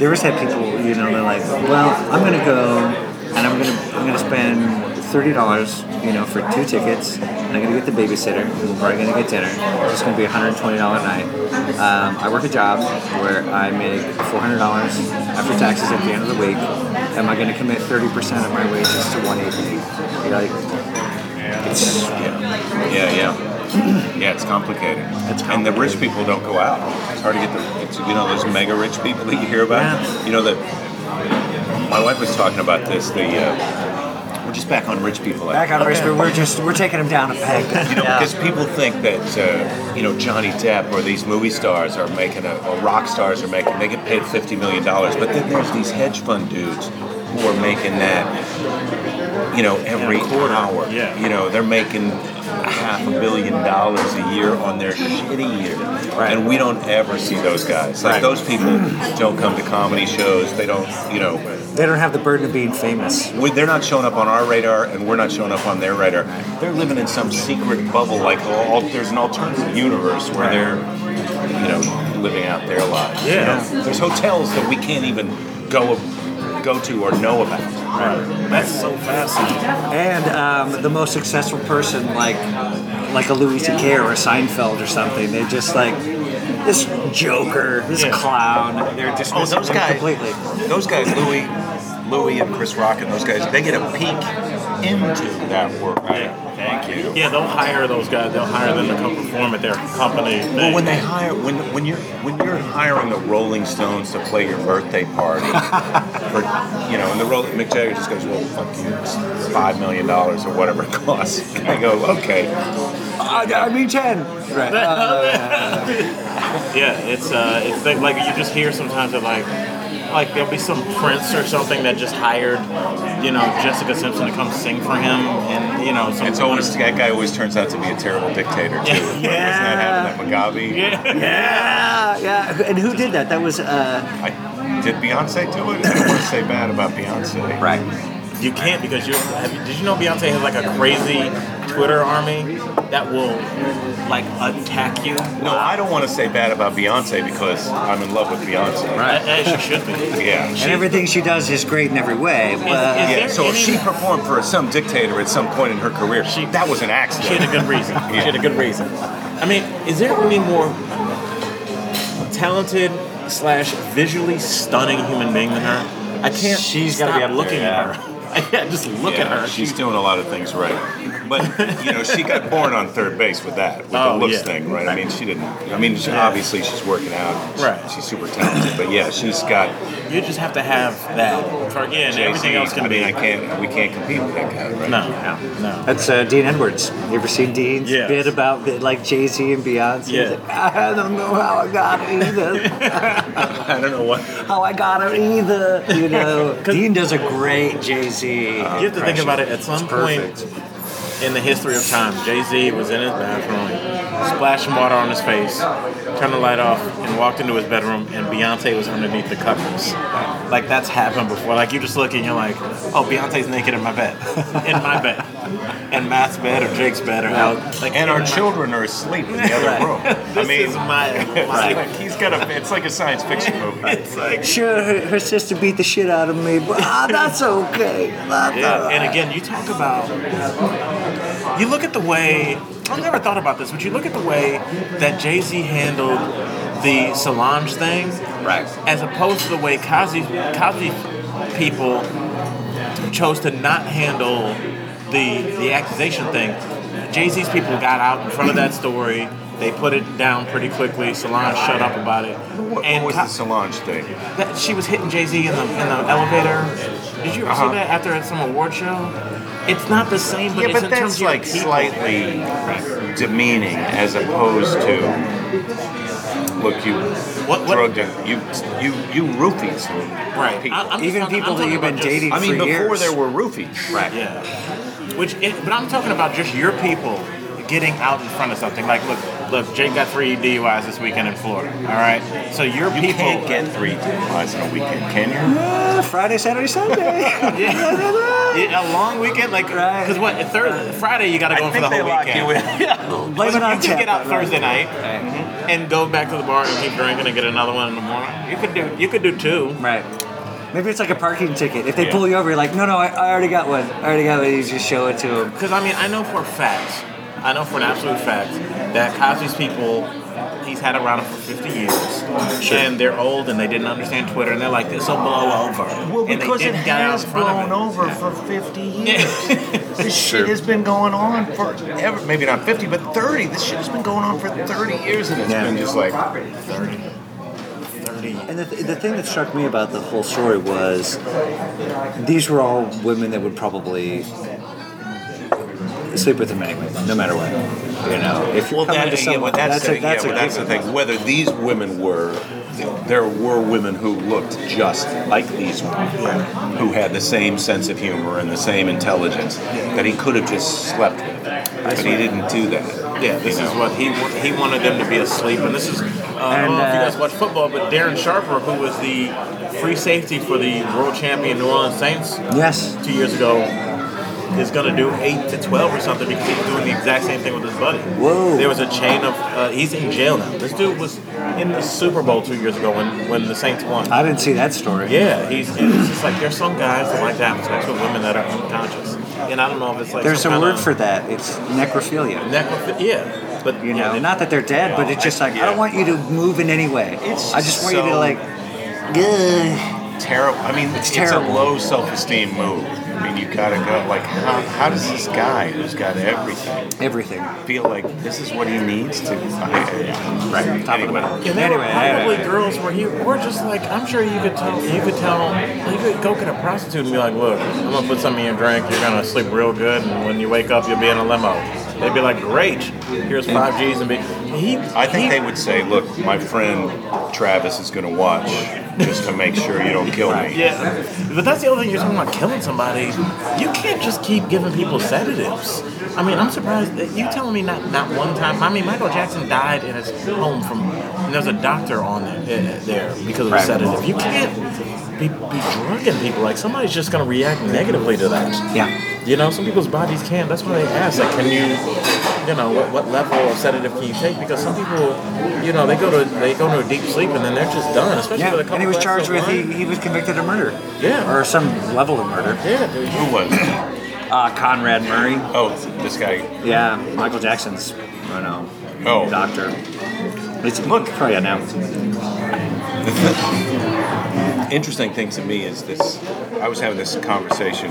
I: there is that people, you know, they're like, well, I'm gonna go and I'm gonna I'm gonna spend thirty dollars, you know, for two tickets, and I'm gonna get the babysitter, and we're probably gonna get dinner. It's gonna be a hundred twenty dollar night. Um, I work a job where I make four hundred dollars after taxes at the end of the week. Am I gonna commit thirty percent of my wages to one evening? You're like, it's
J: yeah, yeah, yeah. yeah, it's complicated. It's complicated. And the rich people don't go out. It's hard to get the it's, you know those mega rich people that you hear about. You know that my wife was talking about this. The uh, we're just back on rich people. I
I: Back on
J: think.
I: race, but we're just we're taking them down a peg.
J: You know, because people think that uh, you know Johnny Depp or these movie stars are making a, or rock stars are making they get paid fifty million dollars, but then there's these hedge fund dudes who are making that you know every hour. Yeah. You know they're making a half a billion dollars a year on their shitty year, right. and we don't ever see those guys. Like
I: Right.
J: those people don't come to comedy shows. They don't. You know
I: They don't have the burden of being famous.
J: we, they're not showing up on our radar, and we're not showing up on their radar. They're living in some secret bubble, like all, there's an alternative universe where they're, you know, living out their lives. you
K: Yeah.
J: know? there's hotels that we can't even go go to or know about. Right.
K: That's so fascinating.
I: And um, the most successful person, like like a Louis C.K. or a Seinfeld or something, they're just like this joker, this clown. They're just
J: Oh, those guys.
I: completely.
J: Those guys, Louis, Louis, and Chris Rock, and those guys, they get a peek into that work. Thank you.
K: Yeah, they'll hire those guys. They'll hire them to come perform at their company.
J: Well, when they hire, when when you're when you're hiring the Rolling Stones to play your birthday party, for, you know, and the roll, Mick Jagger just goes, "Well, fuck you, it's five million dollars or whatever it costs." I go, "Okay,
I: I, I mean ten. Uh, Right.
K: yeah, it's uh, it's like, like you just hear sometimes of like, like there'll be some prince or something that just hired, you know, Jessica Simpson to come sing for him, and you know, some
J: It's always that guy always turns out to be a terrible dictator too. Wasn't that happening at Mugabe?
I: Yeah, yeah. And who did that? That was. Uh,
J: I did Beyonce do it? I don't want to say bad about Beyonce.
I: Right.
K: You can't because you have, you- did you know Beyonce has like a crazy Twitter army that will like attack you?
J: No, I don't want to say bad about Beyonce because I'm in love with Beyonce.
K: Right. As you should be.
J: Yeah.
I: and everything she does is great in every way. But
J: yeah, so if she performed for some dictator at some point in her career, that was an accident.
K: She had a good reason. She had a good reason. I mean, is there any more talented slash visually stunning human being than her? I can't. She's
J: gotta
K: stop
J: be up there,
K: looking
J: yeah.
K: at her. Yeah, just look
J: Yeah,
K: at her.
J: She's doing a lot of things right. But, you know, she got born on third base with that, with
K: Oh,
J: the looks
K: yeah.
J: thing, right? I mean, she didn't. I mean, she, obviously she's working out. She-
K: Right.
J: She's super talented. But yeah, she's got.
K: You just have to have that. For, again,
J: Jay-Z.
K: everything else can
J: I mean,
K: be.
J: I can't. We can't compete with that guy, right?
K: No, no, no.
I: That's uh, Dean Edwards. You ever seen Dean's
J: Yes.
I: bit about bit like Jay Z and Beyonce? He's
J: Yeah.
I: like, I don't know how I got it either.
J: I don't know what.
I: How I got it either. You know, Dean does a great Jay Z.
J: Uh,
K: You have to think about it. At some point in the history of time, Jay Z was in his bathroom, splashing water on his face, turned the light off, and walked into his bedroom, and Beyonce was underneath the covers. Like that's happened before. Like you just look and you're like, oh, Beyonce's naked in my bed, in my bed, in Matt's bed or Jake's bed or out. Like,
J: And our
K: in my-
J: children are asleep in the other
K: Right.
J: room. I
K: This
J: mean,
K: is my-
J: it's
K: my-
J: like he's got a. It's like a science fiction movie. It's like
I: Sure, her, her sister beat the shit out of me, but ah, that's okay. That's all
K: Yeah,
I: right.
K: and again, you talk about. You look at the way. I've never thought about this, but you look at the way that Jay Z handled the Solange thing, right? As opposed to the way Cosby, Cosby people chose to not handle the the accusation thing. Jay Z's people got out in front of that story. They put it down pretty quickly. Solange shut up about it.
J: What,
K: and
J: what was
K: Co-
J: the Solange thing?
K: that she was hitting Jay Z in the in the elevator. Did you ever
J: Uh-huh.
K: see that after at some award show? It's not the same, but
J: yeah,
K: it's
J: but
K: in terms
J: that's
K: of your
J: like
K: people.
J: slightly demeaning as opposed to look you drugged and you you you roofies
K: right
J: people.
K: I'm just Even talking- people I'm that talking you've been about just- dating
J: I mean
K: for
J: before
K: years.
J: there were roofies right
K: Yeah. Which, it, but I'm talking about just your people getting out in front of something. Like, look, Look, Jake got three DUIs this weekend in Florida. All right, so your people can't
J: get three DUIs in a weekend, can you?
I: Uh, Friday, Saturday, Sunday.
K: yeah. Yeah, a long weekend, like because what Thursday, Friday you got to go in for the
I: think
K: whole
I: they lock
K: weekend.
I: you in.
K: yeah,
I: Blame it
K: You
I: on
K: can get
I: Tampa,
K: out
I: right.
K: Thursday night mhm, and go back to the bar and keep drinking and get another one in the morning. You could do you could do two.
I: Right. Maybe it's like a parking ticket. If they
K: Yeah.
I: pull you over, you're like, no, no, I, I already got one. I already got one. You just show it to them.
K: Because I mean, I know for a fact, I know for an absolute fact that Cosby's people, he's had around him for 50 years,
I: Sure.
K: and they're old and they didn't understand Twitter, and they're like, this will blow over.
P: Well,
K: And they
P: because it
K: didn't get out
P: has
K: in front of
P: blown
K: it.
P: over for 50 years. this
K: Sure.
P: shit has been going on forever. Maybe not 50, but 30. This shit has been going on for 30 years, and it's
I: Yeah.
P: been just like.
I: And the, th- the thing that struck me about the whole story was these were all women that would probably sleep with him anyway, no matter what. You know, if you're
J: well, that,
I: coming
J: yeah,
I: to someone,
J: well, that's,
I: that's,
J: the,
I: a, that's
J: yeah,
I: a
J: well, that's the
I: given.
J: thing. Whether these women were, there were women who looked just like these women, who had the same sense of humor and the same intelligence that he could have just slept with, but he didn't do that.
K: Yeah, this
J: you
K: is
J: know?
K: what he wa- he wanted them to be asleep, and this is. Uh, I don't know if you guys watch football, but Darren Sharper, who was the free safety for the world champion New Orleans Saints,
I: yes,
K: two years ago, is going to do eight to twelve or something because he's doing the exact same thing with his buddy.
I: Whoa!
K: There was a chain of. Uh, he's in jail now. This dude was in the Super Bowl two years ago when when the Saints won.
I: I didn't see that story.
K: Yeah, he's and it's just like there's some guys that like to have sex with women that are unconscious, and I don't know if it's like
I: There's
K: some
I: a
K: kinda-
I: word for that. It's necrophilia.
K: Necrophi- yeah, but
I: you know, not that they're dead, but it's just like I don't want you to move in any way. I just want you to
J: so-
I: like.
J: Terrible. I mean, it's,
I: terrible.
J: a low self-esteem move. I mean, you gotta go. Like, how, how does this guy who's got everything,
I: everything,
J: feel like this is what he needs to? Right. Top anyway. of
K: And there were probably girls where he were just like, I'm sure you could tell, you could tell, you could go get a prostitute and be like, look, I'm gonna put some in your drink, you're gonna sleep real good, and when you wake up, you'll be in a limo. They'd be like, great, here's five G's and be. He,
J: I think they would say, "Look, my friend Travis is going to watch just to make sure you don't kill me."
K: Yeah, but that's the other thing you're talking about killing somebody. You can't just keep giving people sedatives. I mean, I'm surprised that you telling me not not one time. I mean, Michael Jackson died in his home from, and there's a doctor on there, uh, there because of a
I: Right.
K: sedative. You can't be, be drugging people. Like somebody's just gonna react negatively to that.
I: Yeah.
K: You know, some people's bodies can't. That's why they ask, like, can you, you know, what, what level of sedative can you take? Because some people, you know, they go to they go into a deep sleep and then they're just done. Especially
I: Yeah,
K: with a couple
I: and he was
K: glasses
I: charged
K: of
I: with
K: wine.
I: he, he was convicted of murder.
K: Yeah.
I: or some level of murder.
K: Yeah, dude.
J: Who was?
I: Uh, Conrad Murray.
J: Oh, this guy.
I: Yeah, Michael Jackson's. I know.
J: Oh.
I: doctor. It's, look, probably now.
J: Interesting thing to me is this: I was having this conversation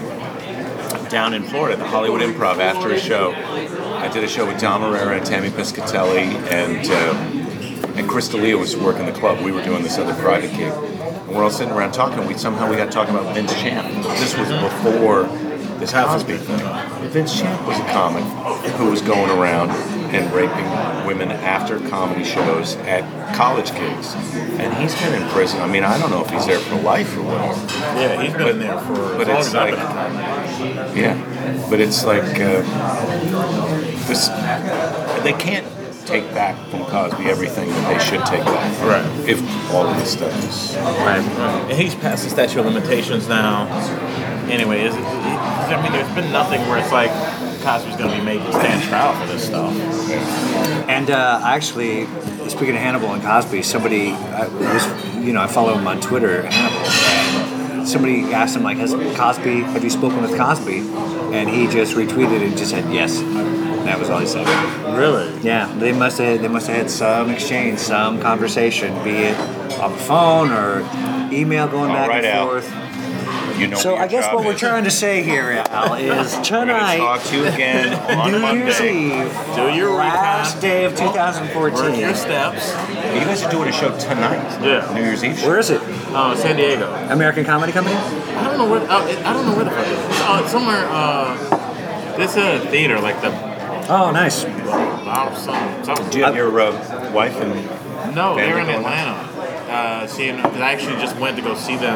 J: down in Florida at the Hollywood Improv after a show. I did a show with Don Herrera and Tammy Piscatelli, and uh, and Chris D'Elia was working the club. We were doing this other private gig, and we're all sitting around talking. We somehow we got talking about Vince Champ. This was before this Cosby thing. Vince Champ was a comic who was going around and raping women after comedy shows at college gigs, and he's been in prison. I mean, I don't know if he's there for life or what.
K: Yeah, he's been
J: But-
K: in there for
J: but it's
K: as long as I've been
J: like-
K: in comedy.
J: Yeah, but it's like uh, this. They can't take back from Cosby everything that they should take back. Right. If all of this stuff is
K: Right, right. And he's past the statute of limitations now. Anyway, is it, I mean, there's been nothing where it's like Cosby's going to be made to stand trial for this stuff.
I: And uh, actually, speaking of Hannibal and Cosby, somebody I was, you know, I follow him on Twitter, Hannibal, and somebody asked him like, "Has Cosby? Have you spoken with Cosby?" And he just retweeted and just said yes. That was all he said.
K: Really?
I: Yeah, they must have. They must have had some exchange, some conversation, be it on the phone or email going
J: All
I: back
J: right,
I: and
J: Al.
I: forth.
J: You know.
I: So
J: what your
I: I guess
J: job
I: what we're
J: is.
I: trying to say here, Al, is
J: We're
I: tonight.
J: gonna talk to you again on
I: New
J: Monday.
I: Year's Eve.
K: Do your
I: last day of 2014.
K: Work your steps.
J: You guys are doing a show tonight.
K: Yeah.
J: New Year's Eve.
I: Where is it?
K: Uh, San Diego.
I: American Comedy Company.
K: I don't know where. Uh, I don't know where the fuck. It's, uh, it's somewhere. Uh, this a theater like the.
I: Oh, nice.
K: Bob some, something.
J: Do you have your uh, wife and
K: No,
J: family
K: they're in
J: going?
K: Atlanta. Uh, seeing, 'cause I actually just went to go see them,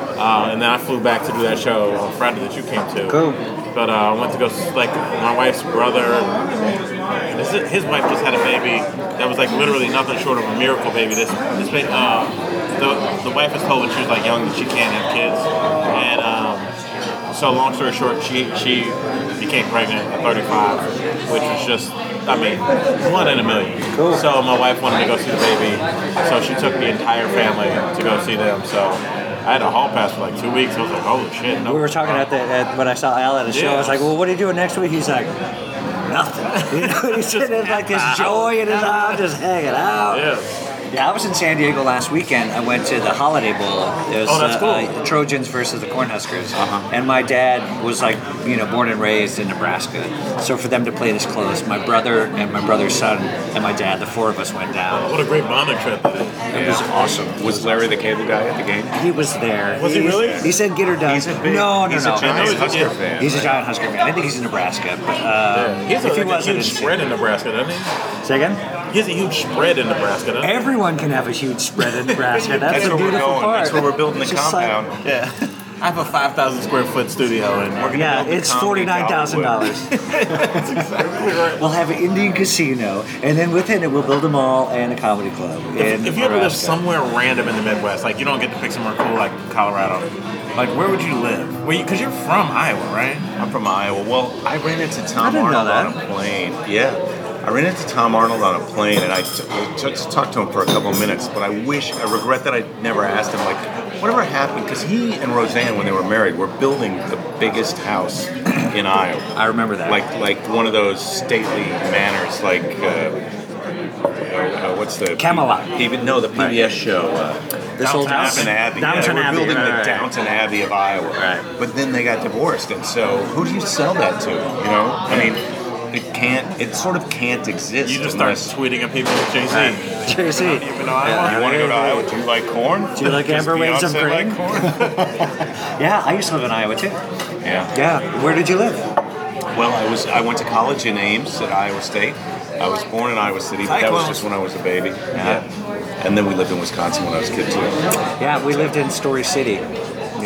K: uh, and then I flew back to do that show on Friday that you came to.
I: Cool.
K: But uh, I went to go s- like my wife's brother. and His his, his wife just had a baby that was like literally nothing short of a miracle baby. This this baby, um, the the wife was told when she was like young that she can't have kids, and um, so long story short, she she became pregnant at 35, which was just I mean one in a million. Cool. So my wife wanted to go see the baby, so she took the entire family to go see them. So. I had a hall pass for like two weeks. I was like, "Holy shit!" No.
I: We were talking at the at, when I saw Al at a show. I was
K: Yeah.
I: like, "Well, what are you doing next week?" He's like, "Nothing." You know, he's sitting there with, like this joy in his eye, just hanging out.
K: Yeah.
I: I was in San Diego last weekend. I went to the Holiday Bowl. It was
K: Oh, that's
I: uh,
K: cool.
I: uh, Trojans versus the Cornhuskers. And my dad was like, you know, born and raised in Nebraska. So for them to play this close, my brother and my brother's son and my dad, the four of us went down.
K: What a great bonding trip that is.
I: It was awesome.
J: Was Larry the cable guy at the game?
I: He was there.
J: Was he really?
I: He said, "Get her done." He's a big, no, no,
J: he's a
I: no.
J: giant Husker fan,
I: He's a
J: right?
I: giant Husker fan. I think he's in Nebraska. But, uh,
K: He has a,
I: if he
K: like, a
I: wasn't,
K: huge
I: it's-
K: spread in Nebraska, doesn't he?
I: Say again?
K: He has a huge spread in Nebraska, doesn't he?
I: Everyone can have a huge spread in Nebraska. That's, the beautiful part. It's just like-
K: yeah. I have a 5,000 square foot studio and we're going to
I: yeah, it's forty nine thousand dollars. We'll have an Indian casino, and then within it, we'll build a mall and a comedy club.
K: If,
I: in
K: if you ever live
I: Nebraska.
K: somewhere random in the Midwest, like you don't get to pick somewhere cool like Colorado, like where would you live? Where Because you, are from Iowa, right?
J: I'm from Iowa. Well, I ran into Tom
K: didn't know
J: Arnold on a plane. Yeah. I ran into Tom Arnold on a plane and I t- t- t- talked to him for a couple of minutes, but I wish, I regret that I never asked him, like, whatever happened, because he and Roseanne, when they were married, were building the biggest house in Iowa. I
I: remember that.
J: Like, like one of those stately manors, like, uh, uh, what's the
I: Camelot.
J: Even no, the PBS show. Uh,
I: This old house?
J: Downton Abbey.
I: Downton
J: yeah,
I: Abbey,
J: We're building
I: right,
J: the
I: right.
J: Downton Abbey of Iowa. Right. But then they got divorced, and so who do you sell that to? You know, I mean, it can't. It sort of can't exist.
K: You just start
J: unless-
K: tweeting at people, JC.
I: JC.
K: You, know, Iowa.
J: You want to go to Iowa? Do you like corn?
I: Do you like
J: Does
I: Amber Waves of
J: Beyonce
I: Green?
J: Like corn?
I: yeah, I used to live in Iowa too.
J: Yeah.
I: Yeah. Where did you live?
J: Well, I was. I went to college in Ames at Iowa State. I was born in Iowa City, but that was
I: Cyclones.
J: just when I was a baby. Yeah. And then we lived in Wisconsin when I was a kid too.
I: Yeah, we lived in Story City.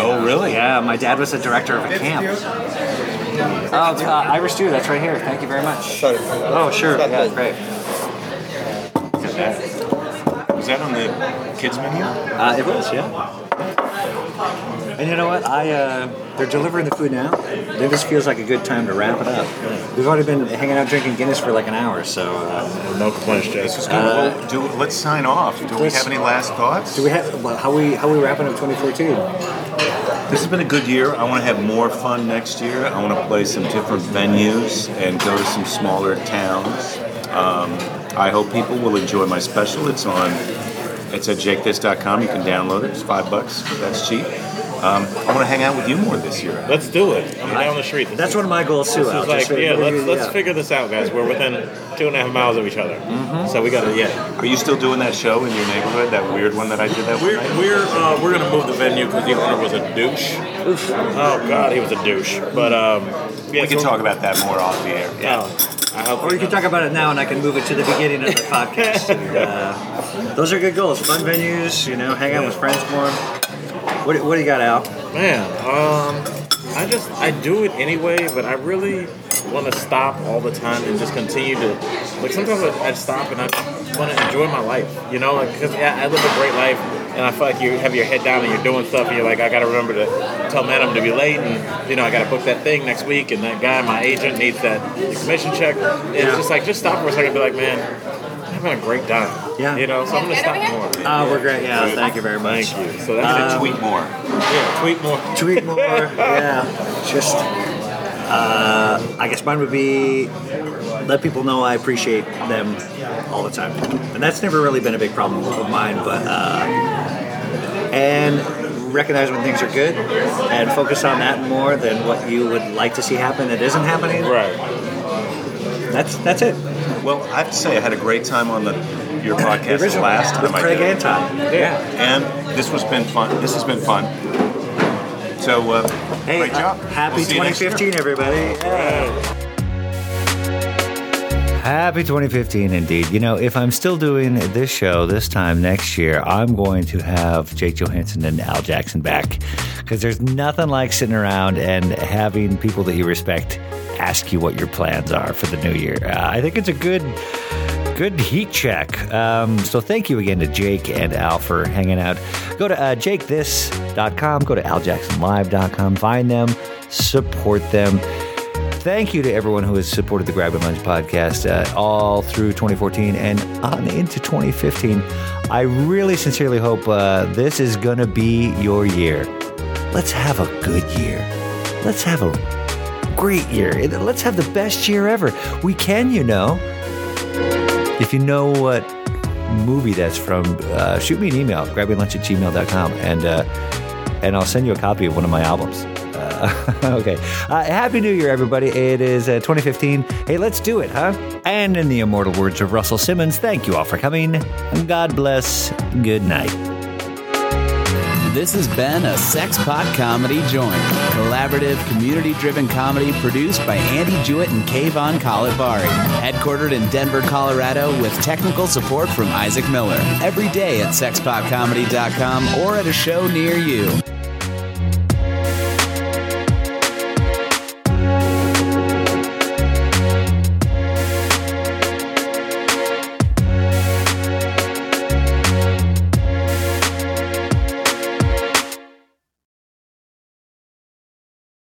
J: Oh, really?
I: Yeah, my dad was the director of a camp. Oh, it's, uh, Irish stew. That's right here. Thank you very much. Oh, sure. Yeah, great.
J: Was that- Was that on the kids menu?
I: Uh, it was, yeah. And you know what? I uh, they're delivering the food now. It just feels like a good time to wrap it up. We've already been hanging out drinking Guinness for like an hour, so uh,
K: no complaints, Jay. This
J: is good. well, Uh, do, let's sign off. Do we have any last thoughts?
I: Do we have well, how we how we wrapping up 2014?
J: This has been a good year. I want to have more fun next year. I want to play some different venues and go to some smaller towns. Um, I hope people will enjoy my special. It's on. It's at jakethis.com. You can download it. It's five bucks. That's cheap. Um, I want to hang out with you more this year.
K: Let's do it. I'm down the street.
I: That's one of my goals too.
K: This
I: Al.
K: is like,
I: Just really-
K: yeah,
I: what do
K: let's,
I: you-
K: let's
I: yeah.
K: figure this out, guys. We're within two and a half miles of each other. So we got to, yeah.
J: Are you still doing that show in your neighborhood? That weird one that I did that
K: We're,
J: one night?
K: we're, uh, we're going to move the venue because the owner was a douche. Oh, God, he was a douche. But, um, yeah, Oh,
J: We can talk about that more off the air.
K: Yeah.
I: Or you can talk about it now, and I can move it to the beginning of the podcast. Uh, those are good goals. Fun venues, you know, hang out with friends more. What, do- what do you got, Al?
K: Man, um, I just I do it anyway, but I really want to stop all the time and just continue to like. Sometimes I, I stop and I want to enjoy my life, you know, like because I, I live a great life, and I feel like you have your head down and you're doing stuff, and you're like, I got to remember to tell madam to be late, and you know, I got to book that thing next week, and that guy, my agent, needs that commission check. It's
I: Yeah.
K: just like just stop for a second, and be like, man, I'm having a great time.
I: Yeah.
K: you know, so I'm gonna stop more.
I: Uh, we're great. Yeah, thank you very much.
K: Thank you. So that's
I: Um,
J: tweet more.
K: Yeah, tweet more.
I: Tweet more. yeah, just. Uh, I guess mine would be let people know I appreciate them all the time, and that's never really been a big problem of mine. But uh, and recognize when things are good, and focus on that more than what you would like to see happen that isn't happening.
K: Right.
I: That's that's it.
J: Well, I have to say, I had a great time on the your podcast the
I: original
J: last time
I: with
J: I
I: Craig
J: did it.
I: Anton. Yeah.
J: and this was been fun. This has been fun. So, uh, great job.
I: Happy
J: We'll see you next year.
I: 2015, everybody. Yeah.
Q: Happy 2015 indeed. You know, if I'm still doing this show this time next year, I'm going to have Jake Johansson and Al Jackson back because there's nothing like sitting around and having people that you respect
I: ask you what your plans are for the new year. Uh, I think it's a good good heat check. Um, so thank you again to Jake and Al for hanging out. Go to uh, jakethis.com, go to aljacksonlive.com, find them, support them. Thank you to everyone who has supported the Grab and Lunch podcast uh, all through 2014 and on into 2015. I really sincerely hope uh, this is going to be your year. Let's have a good year. Let's have a great year. Let's have the best year ever. We can, you know. If you know what movie that's from, uh, shoot me an email, grabbinglunch at gmail.com, and, uh, and I'll send you a copy of one of my albums. Uh, okay. Uh, Happy New Year, everybody. It is uh, 2015. Hey, let's do it, huh? And in the immortal words of Russell Simmons, thank you all for coming. God bless. Good night.
A: This has been a Sexpot Comedy Joint, collaborative, community-driven comedy produced by Andy Jewett and Kayvon Kalavari, headquartered in Denver, Colorado, with technical support from Isaac Miller. Every day at sexpotcomedy.com or at a show near you.